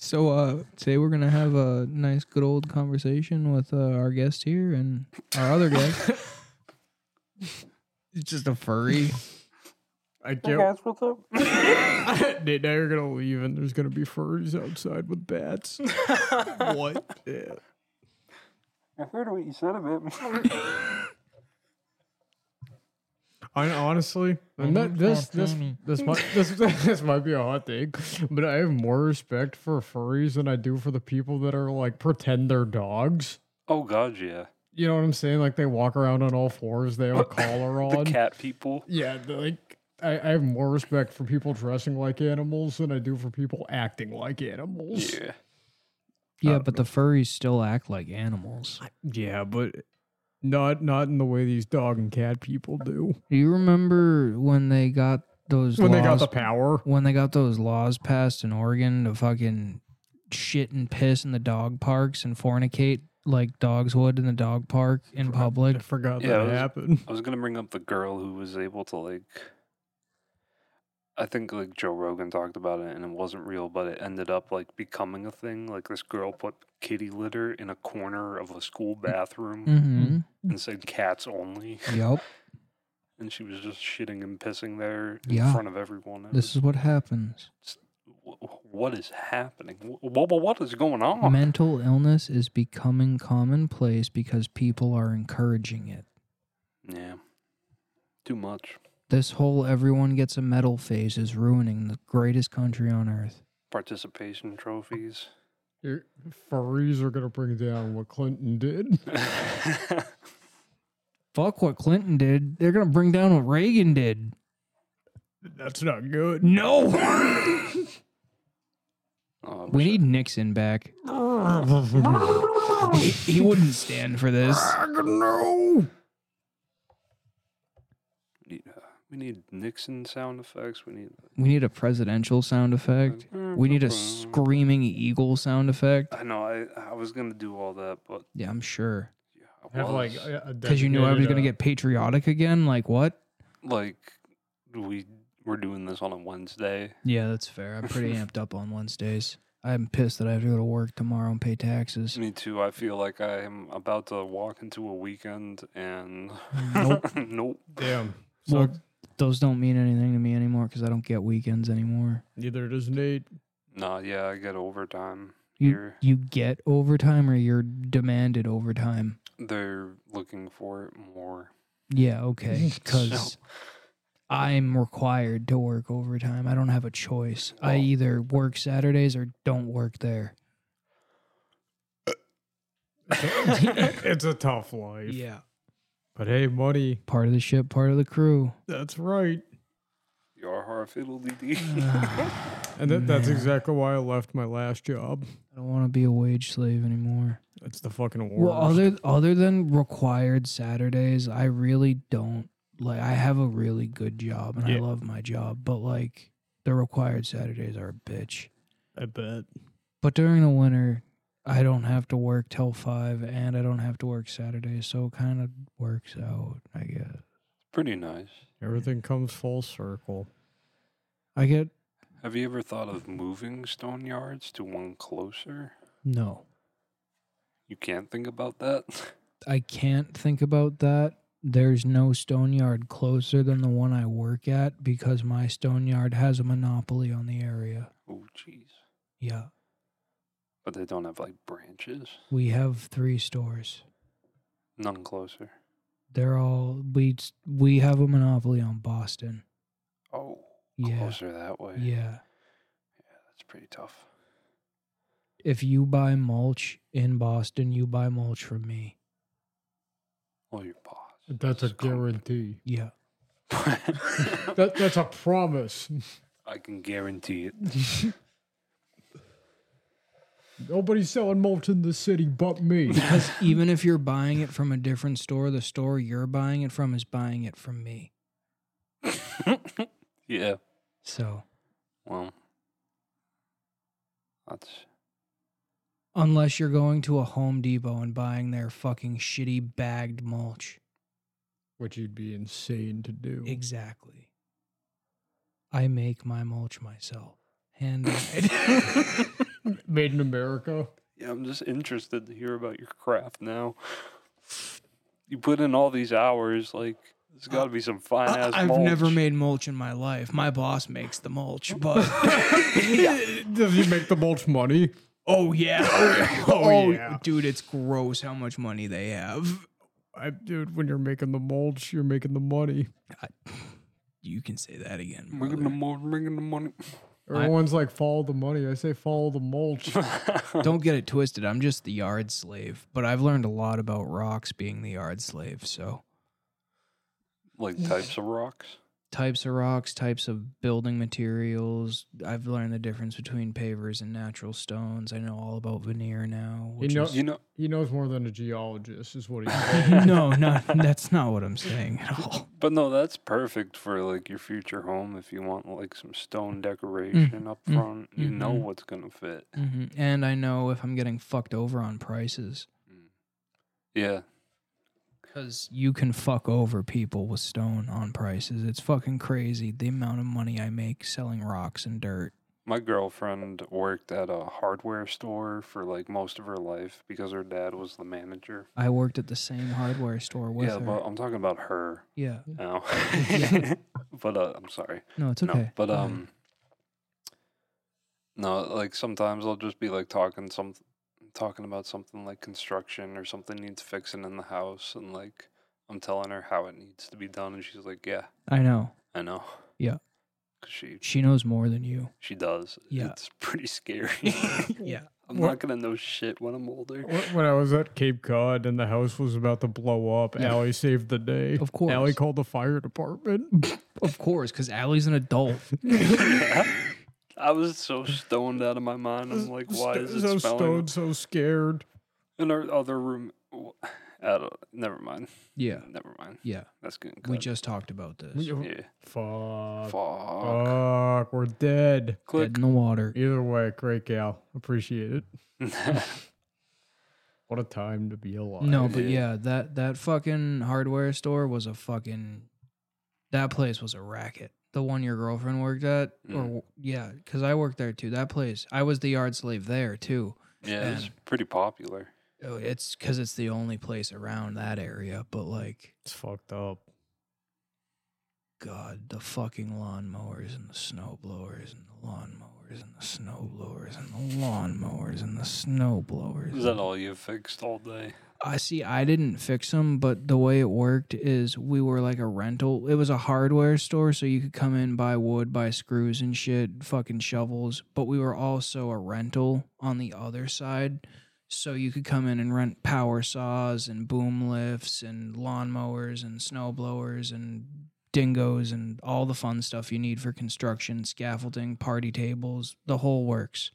S1: So uh today we're gonna have a nice good old conversation with uh, our guest here and our other guest. it's just a furry.
S2: I can't.
S3: That's what's up.
S2: Nate and I are gonna leave, and there's gonna be furries outside with bats. what? Yeah.
S3: I heard what you said about me.
S2: I honestly, and that, this this this might this this might be a hot take, but I have more respect for furries than I do for the people that are like pretend they're dogs.
S3: Oh, God, yeah.
S2: You know what I'm saying? Like they walk around on all fours, they have a collar
S3: The
S2: on.
S3: cat people.
S2: yeah, the, like I, I have more respect for people dressing like animals than I do for people acting like animals.
S3: Yeah.
S1: Yeah, but the furries still act like animals.
S2: Yeah, but not not in the way these dog and cat people do.
S1: Do you remember when they got those
S2: when
S1: laws,
S2: they got the power.
S1: when they got those laws passed in Oregon to fucking shit and piss in the dog parks and fornicate like dogs would in the dog park in public.
S2: I forgot that
S3: Yeah, it was-
S2: happened.
S3: I was gonna bring up the girl who was able to like. I think like Joe Rogan talked about it, and it wasn't real, but it ended up like becoming a thing. Like this girl put kitty litter in a corner of a school
S1: Mm.
S3: bathroom
S1: Mm-hmm.
S3: and said "cats only,"
S1: Yep.
S3: and she was just shitting and pissing there in
S1: Yeah.
S3: front of everyone. It
S1: This
S3: was-
S1: is what happens.
S3: wh- what is happening? What, what is going on?
S1: Mental illness is becoming commonplace because people are encouraging it.
S3: Yeah, too much.
S1: This whole everyone gets a medal phase is ruining the greatest country on earth.
S3: Participation trophies.
S2: Your furries are gonna bring down what Clinton did.
S3: Oh,
S1: Fuck what Clinton did. They're going to bring down what Reagan did.
S2: That's not good. No.
S3: Oh, I
S1: We
S3: wish I-
S1: need Nixon back. He, he wouldn't stand for this.
S2: no.
S3: need- uh, we need Nixon sound effects. We need.
S1: We need a presidential sound effect.
S2: Mm.
S1: We need a screaming eagle sound effect.
S3: Mm. I know. I I was gonna do all that, but
S1: Yeah, I'm sure.
S3: yeah, I
S2: Have like uh,
S3: was.
S1: Because you knew I was going to get patriotic again. Like, what?
S3: like we we're doing this on a Wednesday.
S1: Yeah, that's fair. I'm pretty amped up on Wednesdays. I'm pissed that I have to go to work tomorrow and pay taxes.
S3: Me too. I feel like I'm about to walk into a weekend and
S1: Nope.
S3: nope.
S2: Damn.
S1: Well,
S2: Sucks.
S1: Those don't mean anything to me anymore because I don't get weekends anymore.
S2: Neither does Nate.
S3: Nah, yeah, I get overtime
S1: You,
S3: here.
S1: you get overtime or you're demanded overtime.
S3: They're looking for it more.
S1: Yeah, okay. Because
S3: So-
S1: I'm required to work overtime. I don't have a choice. I
S3: Well-
S1: either work Saturdays or don't work there.
S2: it's a tough life.
S1: Yeah.
S2: But hey, money.
S1: Part of the ship, part of the crew.
S2: That's right.
S3: You are hard fiddle dee
S1: Mm.
S2: And that, that's
S1: Man.
S2: exactly why I left my last job.
S1: I don't want to be a wage slave anymore.
S2: It's the fucking worst.
S1: Well, other other than required Saturdays, I really don't like. I have a really good job and I
S2: Yeah.
S1: love my job, but like the required Saturdays are a bitch.
S2: I bet.
S1: But during the winter, I don't have to work till five, and I don't have to work Saturdays, so it kind of works out, I guess.
S3: Pretty nice.
S2: Everything comes full circle.
S1: I get
S3: Have you ever thought of moving stone yards to one closer?
S1: no.
S3: You can't think about that.
S1: I can't think about that. There's no stone yard closer than the one I work at because my stone yard has a monopoly on the area.
S3: Oh, jeez.
S1: Yeah.
S3: But they don't have like branches.
S1: We have three stores.
S3: None closer.
S1: They're all we we have a monopoly on Boston.
S3: Oh,
S1: Yeah.
S3: closer that way.
S1: Yeah.
S3: That's pretty tough.
S1: If you buy mulch in Boston, you buy mulch from me.
S3: Oh, your boss.
S2: That's a
S3: is cool.
S2: guarantee.
S1: Yeah.
S2: That, that's a promise.
S3: I can guarantee it.
S2: Nobody's selling mulch in the city but me.
S1: Because even if you're buying it from a different store, the store you're buying it from is buying it from me.
S3: Yeah.
S1: So
S3: Well, that's
S1: Unless you're going to a Home Depot and buying their fucking shitty bagged mulch.
S2: Which you'd be insane to do.
S1: Exactly. I make my mulch myself. Hand dyed.
S2: Made in America.
S3: yeah. I'm just interested to hear about your craft now. You put in all these hours. Like, there's got to be some fine ass.
S1: I've
S3: mulch.
S1: never made mulch in my life. My boss makes the mulch, but
S2: Does he make the mulch money?
S1: oh yeah. Oh,
S2: yeah.
S1: dude, it's gross how much money they have.
S2: I, dude, when you're making the mulch, you're making the money.
S1: You can say that again.
S3: Making the
S1: brother.
S3: money. Making the money.
S2: Everyone's like, follow the money. I say, follow the mulch.
S1: Don't get it twisted. I'm just the yard slave, but I've learned a lot about rocks being the yard slave, so
S3: Like types of rocks.
S1: types of rocks, types of building materials. I've learned the difference between pavers and natural stones. I know all about veneer now. Which
S2: know-
S1: is,
S3: You know,
S2: He knows more than a geologist, is what he
S1: no, not that's not what I'm saying at all.
S3: but no, that's perfect for like your future home if you want like some stone decoration up
S1: mm,
S3: front. You know
S1: mhm.
S3: what's gonna fit.
S1: hmm And I know if I'm getting fucked over on prices
S3: Yeah,
S1: because you can fuck over people with stone on prices. It's fucking crazy the amount of money I make selling rocks and dirt.
S3: my girlfriend worked at a hardware store for like most of her life because her dad was the manager.
S1: I worked at the same hardware store with
S3: yeah,
S1: her.
S3: but um, I'm talking about her
S1: yeah,
S3: now. but uh, I'm sorry.
S1: no, it's okay.
S3: No, but
S1: Go ahead.
S3: um, no, like sometimes I'll just be like talking some, talking about something like construction or something needs fixing in the house, and like I'm telling her how it needs to be done, and she's like, "Yeah,
S1: I know
S3: I know."
S1: Yeah.
S3: 'Cause she
S1: she knows more than you.
S3: she does.
S1: Yeah.
S3: it's pretty scary.
S1: Yeah.
S3: I'm
S2: Well-
S3: not gonna know shit when I'm older.
S2: Wh- When I was at Cape Cod and the house was about to blow up, Allie saved the day.
S1: Of course.
S2: Allie called the fire department.
S1: Of course, because Allie's an adult.
S3: I was so stoned out of my mind. I'm like, why is it
S2: so
S3: smelling?
S2: stoned, so scared?
S3: In our other room, I don't, never mind.
S1: Yeah.
S3: Never mind.
S1: Yeah.
S3: That's getting
S1: We
S3: cut.
S1: just talked about this.
S2: We-
S3: yeah.
S2: Fuck.
S3: Fuck.
S2: Fuck. We're dead.
S1: Dead
S3: Click.
S1: in the water.
S2: Either way, great gal. Appreciate it. What a time to be alive.
S1: No, but
S3: Yeah.
S1: yeah, that that fucking hardware store was a fucking that place was a racket. The one your girlfriend worked at, or yeah, because I worked there too. That place, I was the yard slave there too.
S3: yeah, it's
S1: Um,
S3: pretty popular.
S1: Oh, It's because it's the only place around that area. But like,
S2: It's fucked up.
S1: God, the fucking lawnmowers and the snowblowers and the lawnmowers and the snowblowers and the lawnmowers and the snowblowers.
S3: Is that all you fixed all day?
S1: I see. I didn't fix them, but the way it worked is we were like a rental. It was a hardware store, so you could come in, buy wood, buy screws and shit, fucking shovels. But we were also a rental on the other side, so you could come in and rent power saws and boom lifts and lawnmowers and snow blowers and dingoes and all the fun stuff you need for construction, scaffolding, party tables, the whole works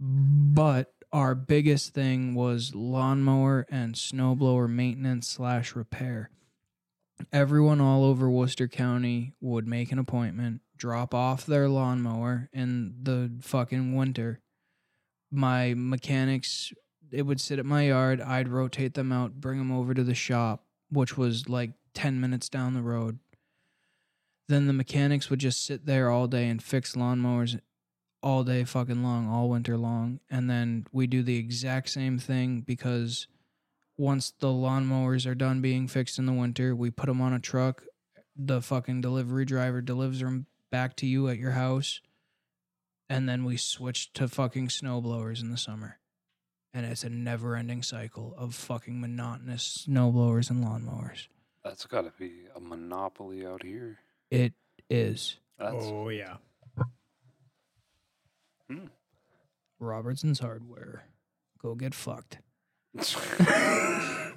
S1: but our biggest thing was lawnmower and snowblower maintenance slash repair. Everyone all over Worcester County would make an appointment, drop off their lawnmower in the fucking winter. My mechanics, it would sit at my yard. I'd rotate them out, bring them over to the shop, which was like 10 minutes down the road. Then the mechanics would just sit there all day and fix lawnmowers all day fucking long, all winter long. And then we do the exact same thing because once the lawnmowers are done being fixed in the winter, we put them on a truck. The fucking delivery driver delivers them back to you at your house. And then we switch to fucking snowblowers in the summer. And it's a never ending cycle of fucking monotonous snowblowers and lawnmowers.
S3: That's got to be a monopoly out here.
S1: It is.
S3: That's
S2: Oh, yeah.
S1: Robertson's Hardware. Go get fucked.
S3: Oh.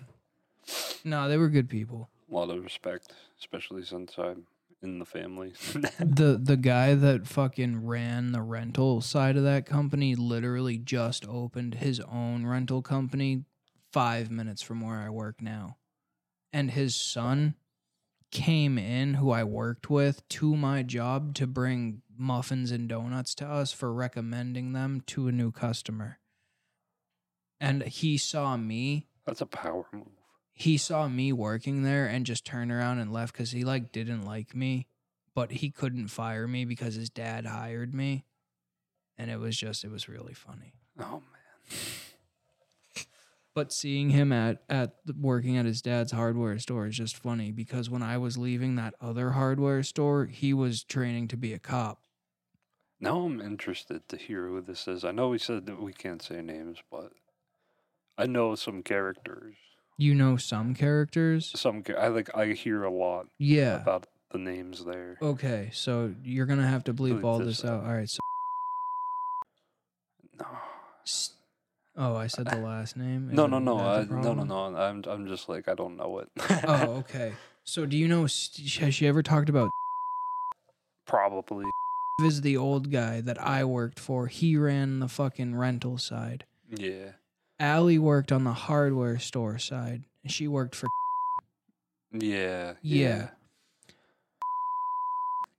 S1: No, they were good people.
S3: a lot of respect, especially since I'm in the family.
S1: the the guy that fucking ran the rental side of that company literally just opened his own rental company 5 minutes from where I work now. And his son came in who I worked with to my job to bring muffins and donuts to us for recommending them to a new customer. And he saw me
S3: That's a power move.
S1: he saw me working there and just turned around and left because he like didn't like me, but he couldn't fire me because his dad hired me, and it was just it was really funny.
S3: Oh
S1: But seeing him at at the- working at his dad's hardware store is just funny because when I was leaving that other hardware store, he was training to be a cop.
S3: Now I'm interested to hear who this is. I know we said that we can't say names, but I know some characters.
S1: You know some characters,
S3: Some cha- I like I hear a lot
S1: yeah.
S3: about the names there.
S1: Okay, so you're gonna have to bleep
S3: Bleep
S1: all
S3: this
S1: this out.
S3: out.
S1: All right. So,
S3: No.
S1: s- oh, I said the last name.
S3: No,
S1: Is
S3: no, uh,
S1: that-
S3: no,
S1: that
S3: I,
S1: the
S3: no, no,
S1: problem?
S3: no. I'm I'm just like I don't know it.
S1: Oh, okay. So do you know? St- Has she ever talked about?
S3: Probably.
S1: Is the old guy that I worked for? He ran the fucking rental side.
S3: Yeah.
S1: Allie worked on the hardware store side, and she worked for.
S3: Yeah.
S1: Yeah.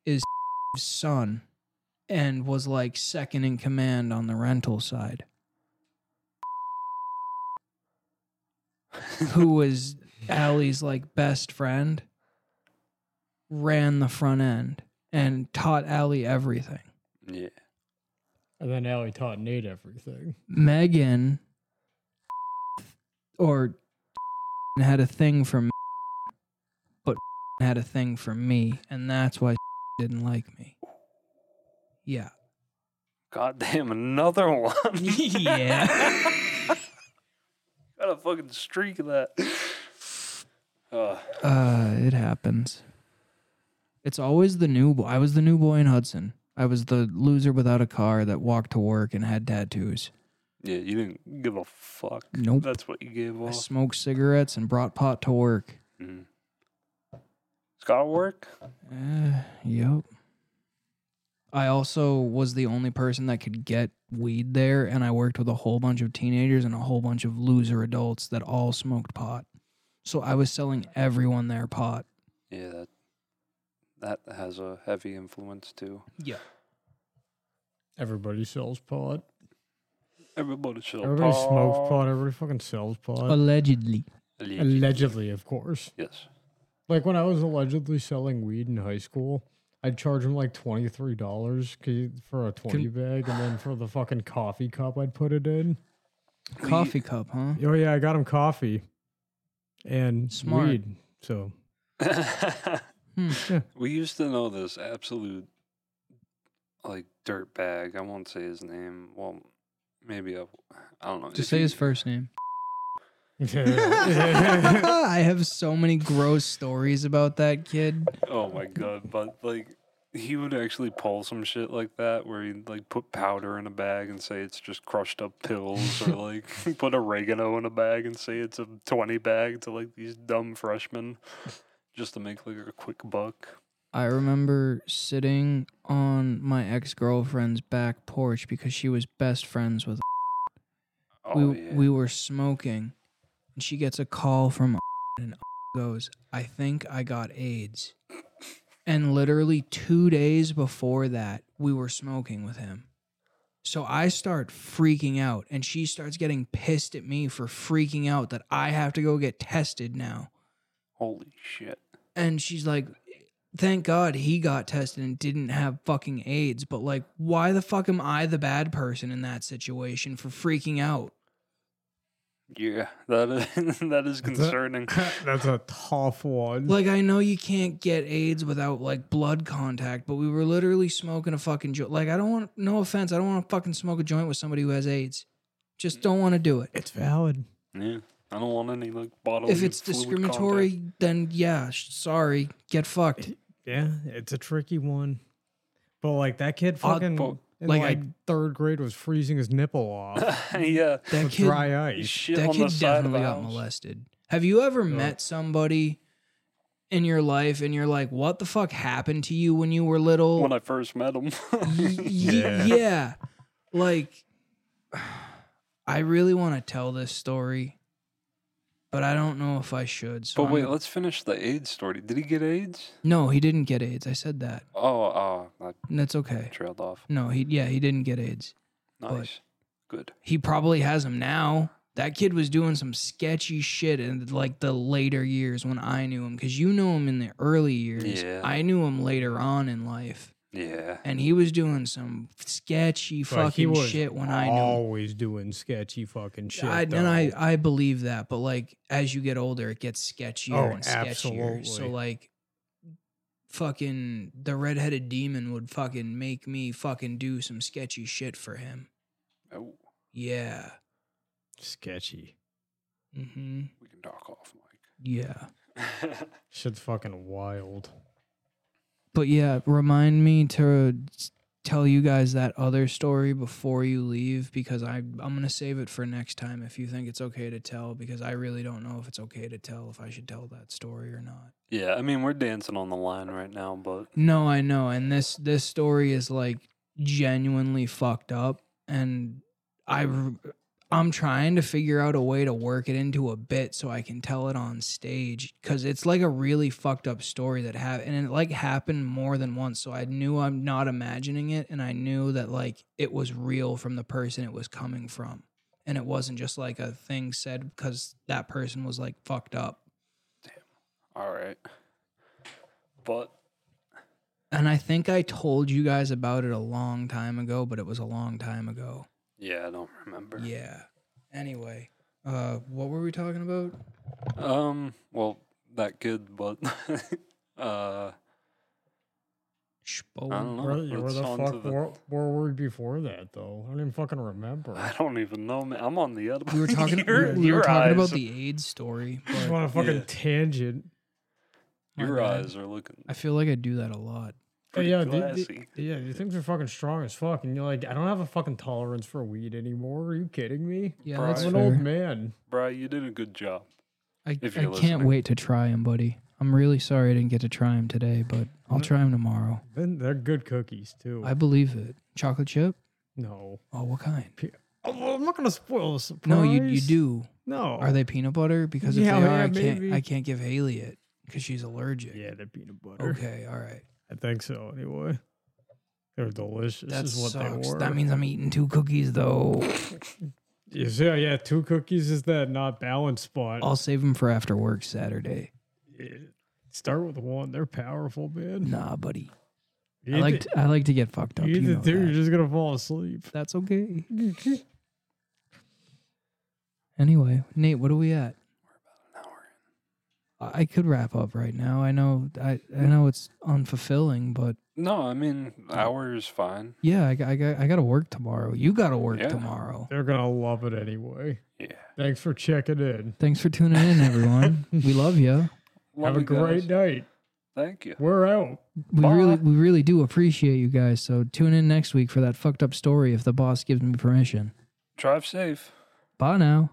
S1: Is son, and was like second in command on the rental side. who was Allie's like best friend, ran the front end and taught Allie everything.
S3: Yeah.
S2: And then Allie taught Nate everything.
S1: Megan or had a thing for me, but had a thing for me, and that's why didn't like me. Yeah.
S3: God damn, another one.
S1: Yeah.
S3: Got a fucking streak of that. Uh,
S1: Uh, it happens. It's always the new boy. I was the new boy in Hudson. I was the loser without a car that walked to work and had tattoos.
S3: yeah, you didn't give a fuck.
S1: Nope.
S3: That's what you gave
S1: I
S3: off.
S1: smoked cigarettes and brought pot to work.
S3: Mm. It's gotta work.
S1: Uh, yep. I also was the only person that could get weed there, and I worked with a whole bunch of teenagers and a whole bunch of loser adults that all smoked pot. So I was selling everyone their pot.
S3: Yeah, that that has a heavy influence too.
S1: Yeah.
S2: Everybody sells pot.
S3: Everybody should
S2: Everybody smokes pot. Everybody fucking sells pot.
S1: Allegedly.
S2: Allegedly, of course.
S3: Yes.
S2: Like when I was allegedly selling weed in high school, I'd charge him like twenty three dollars for a twenty bag, and then for the fucking coffee cup I'd put it in.
S1: Coffee cup, huh?
S2: Oh yeah, I got him coffee and
S1: Smart.
S2: weed. So
S1: Hmm.
S3: we used to know this absolute like dirt bag. I won't say his name. Well, maybe I. I don't know.
S1: Just
S3: If
S1: say
S3: you-
S1: his first name.
S2: yeah,
S1: I have so many gross stories about that kid.
S3: Oh my god! But like, he would actually pull some shit like that, where he'd like put powder in a bag and say it's just crushed up pills, or like put oregano in a bag and say it's a twenty bag to like these dumb freshmen, just to make like a quick buck.
S1: I remember sitting on my ex girlfriend's back porch because she was best friends with.
S3: Oh
S1: we,
S3: yeah.
S1: we were smoking, and she gets a call from and goes, "I think I got AIDS." And literally two days before that, we were smoking with him. So I start freaking out, and she starts getting pissed at me for freaking out that I have to go get tested now.
S3: Holy shit!
S1: and she's like thank god he got tested and didn't have fucking aids but like why the fuck am i the bad person in that situation for freaking out
S3: Yeah, that is that is concerning.
S2: that's a tough one.
S1: like i know you can't get aids without like blood contact but we were literally smoking a fucking joint like i don't want no offense i don't want to fucking smoke a joint with somebody who has aids just don't want to do it
S2: it's valid.
S3: Yeah, I don't want any like bottle.
S1: if it's discriminatory then yeah sh- sorry get fucked
S2: Yeah, it's a tricky one. But like that kid
S1: Odd
S2: fucking
S3: ball.
S2: in
S1: Like,
S2: like,
S1: I-
S2: third grade was freezing his nipple off
S3: yeah,
S1: that
S2: with
S1: kid
S2: dry ice.
S3: shit
S1: that
S3: on
S1: kid
S3: the side of
S1: definitely
S3: the
S1: got
S3: house.
S1: molested. Have you ever met somebody in your life and you're like, what the fuck happened to you when you were little?
S3: When I first met him,
S1: Y- y- yeah. Like, I really want to tell this story, but I don't know if I should. So
S3: but
S1: I'm
S3: wait,
S1: gonna-
S3: let's finish the AIDS story. Did he get AIDS?
S1: no, he didn't get AIDS. I said that.
S3: Oh, oh, I
S1: And that's okay.
S3: trailed off.
S1: No, he, yeah, he didn't get AIDS. But-
S3: Nice. Good.
S1: He probably has them now. That kid was doing some sketchy shit in like the later years when I knew him because you know him in the early years.
S3: Yeah.
S1: I knew him later on in life,
S3: Yeah.
S1: and he was doing some sketchy
S2: But he
S1: fucking
S2: was
S1: shit when I knew. him.
S2: always doing sketchy fucking shit.
S1: I, and
S2: though.
S1: I I believe that, but like as you get older, it gets sketchier
S2: Oh,
S1: and sketchier. So
S2: absolutely.
S1: like. Fucking the redheaded demon would fucking make me fucking do some sketchy shit for him.
S3: Oh,
S1: Yeah.
S2: sketchy.
S1: Mm-hmm.
S3: we can talk off
S1: Yeah.
S3: mic.
S2: Shit's fucking wild.
S1: But yeah, remind me to tell you guys that other story before you leave because I I'm gonna save it for next time if you think it's okay to tell because I really don't know if it's okay to tell if I should tell that story or not.
S3: Yeah, I mean we're dancing on the line right now, but
S1: No, I know, and this this story is like genuinely fucked up, and I r- I'm trying to figure out a way to work it into a bit so I can tell it on stage because it's like a really fucked up story that happened and it like happened more than once. So I knew I'm not imagining it, and I knew that like it was real from the person it was coming from, and it wasn't just like a thing said because that person was like fucked up.
S3: all right. But
S1: And I think I told you guys about it a long time ago, but it was a long time ago.
S3: yeah, I don't remember.
S1: Yeah. Anyway, uh, what were we talking about?
S3: Um, well, that kid, but uh, I don't
S1: Spo-
S3: know.
S2: Where, yeah, where
S3: Let's
S2: the
S3: on to
S2: fuck
S3: the-
S2: were, where were we before that though? I don't even fucking remember.
S3: I don't even know, man. I'm on the other.
S1: We were talking. we
S3: your,
S1: were- we were
S3: your
S1: talking
S3: eyes-
S1: about the AIDS story.
S2: Just
S1: But
S2: want a fucking
S3: yeah.
S2: tangent.
S1: my
S3: Your
S1: bad.
S3: eyes are looking
S1: I feel like I do that a lot.
S2: Hey,
S3: pretty
S2: Oh, yeah, the- the-
S3: classy.
S2: Yeah, you think they're fucking strong as fuck, and you're like, I don't have a fucking tolerance for weed anymore. Are you kidding me?
S1: Yeah,
S3: Bro,
S1: that's
S2: I'm an
S1: fair.
S2: old man.
S3: Bri, you did a good job.
S1: I, I
S3: if
S1: can't
S3: you're listening.
S1: wait to try him, buddy. I'm really sorry I didn't get to try him today, but I'll try him tomorrow.
S2: Then they're good cookies too.
S1: I believe it. Chocolate chip?
S2: no,
S1: Oh, what kind?
S2: Oh, well, I'm not gonna spoil the surprise.
S1: No, you you do.
S2: No,
S1: Are they peanut butter? Because if
S2: Yeah, oh
S1: they are,
S2: yeah,
S1: I can't
S2: maybe.
S1: I can't give Haley it because she's allergic.
S2: Yeah, they're peanut butter.
S1: Okay, all right.
S2: I think so. Anyway, they're delicious.
S1: That
S2: is what
S1: sucks.
S2: they were.
S1: That means I'm eating two cookies though.
S2: You see, yeah, two cookies is that not balanced spot.
S1: I'll save them for after work Saturday.
S2: Yeah. Start with one. They're powerful, man.
S1: Nah, buddy.
S2: You
S1: I like
S2: either-
S1: to, I like to get fucked up.
S2: you
S1: You
S2: either
S1: know
S2: do, you're
S1: that.
S2: just gonna fall asleep.
S1: That's okay. Anyway, Nate, what are we at?
S3: An hour.
S1: I I could wrap up right now. I know I, I know it's unfulfilling, but
S3: No, I mean hour is fine.
S1: yeah, I, got- I got I got to work tomorrow. You got to work
S3: Yeah.
S1: tomorrow.
S2: They're gonna love it anyway.
S3: Yeah.
S2: Thanks for checking in.
S1: Thanks for tuning in, everyone. we love you.
S3: Love
S2: Have a
S3: you
S2: great
S3: guys.
S2: night.
S3: Thank you.
S2: We're out.
S1: We
S3: Bye.
S1: really we really do appreciate you guys. So tune in next week for that fucked up story if the boss gives me permission.
S3: Drive safe.
S1: Bye now.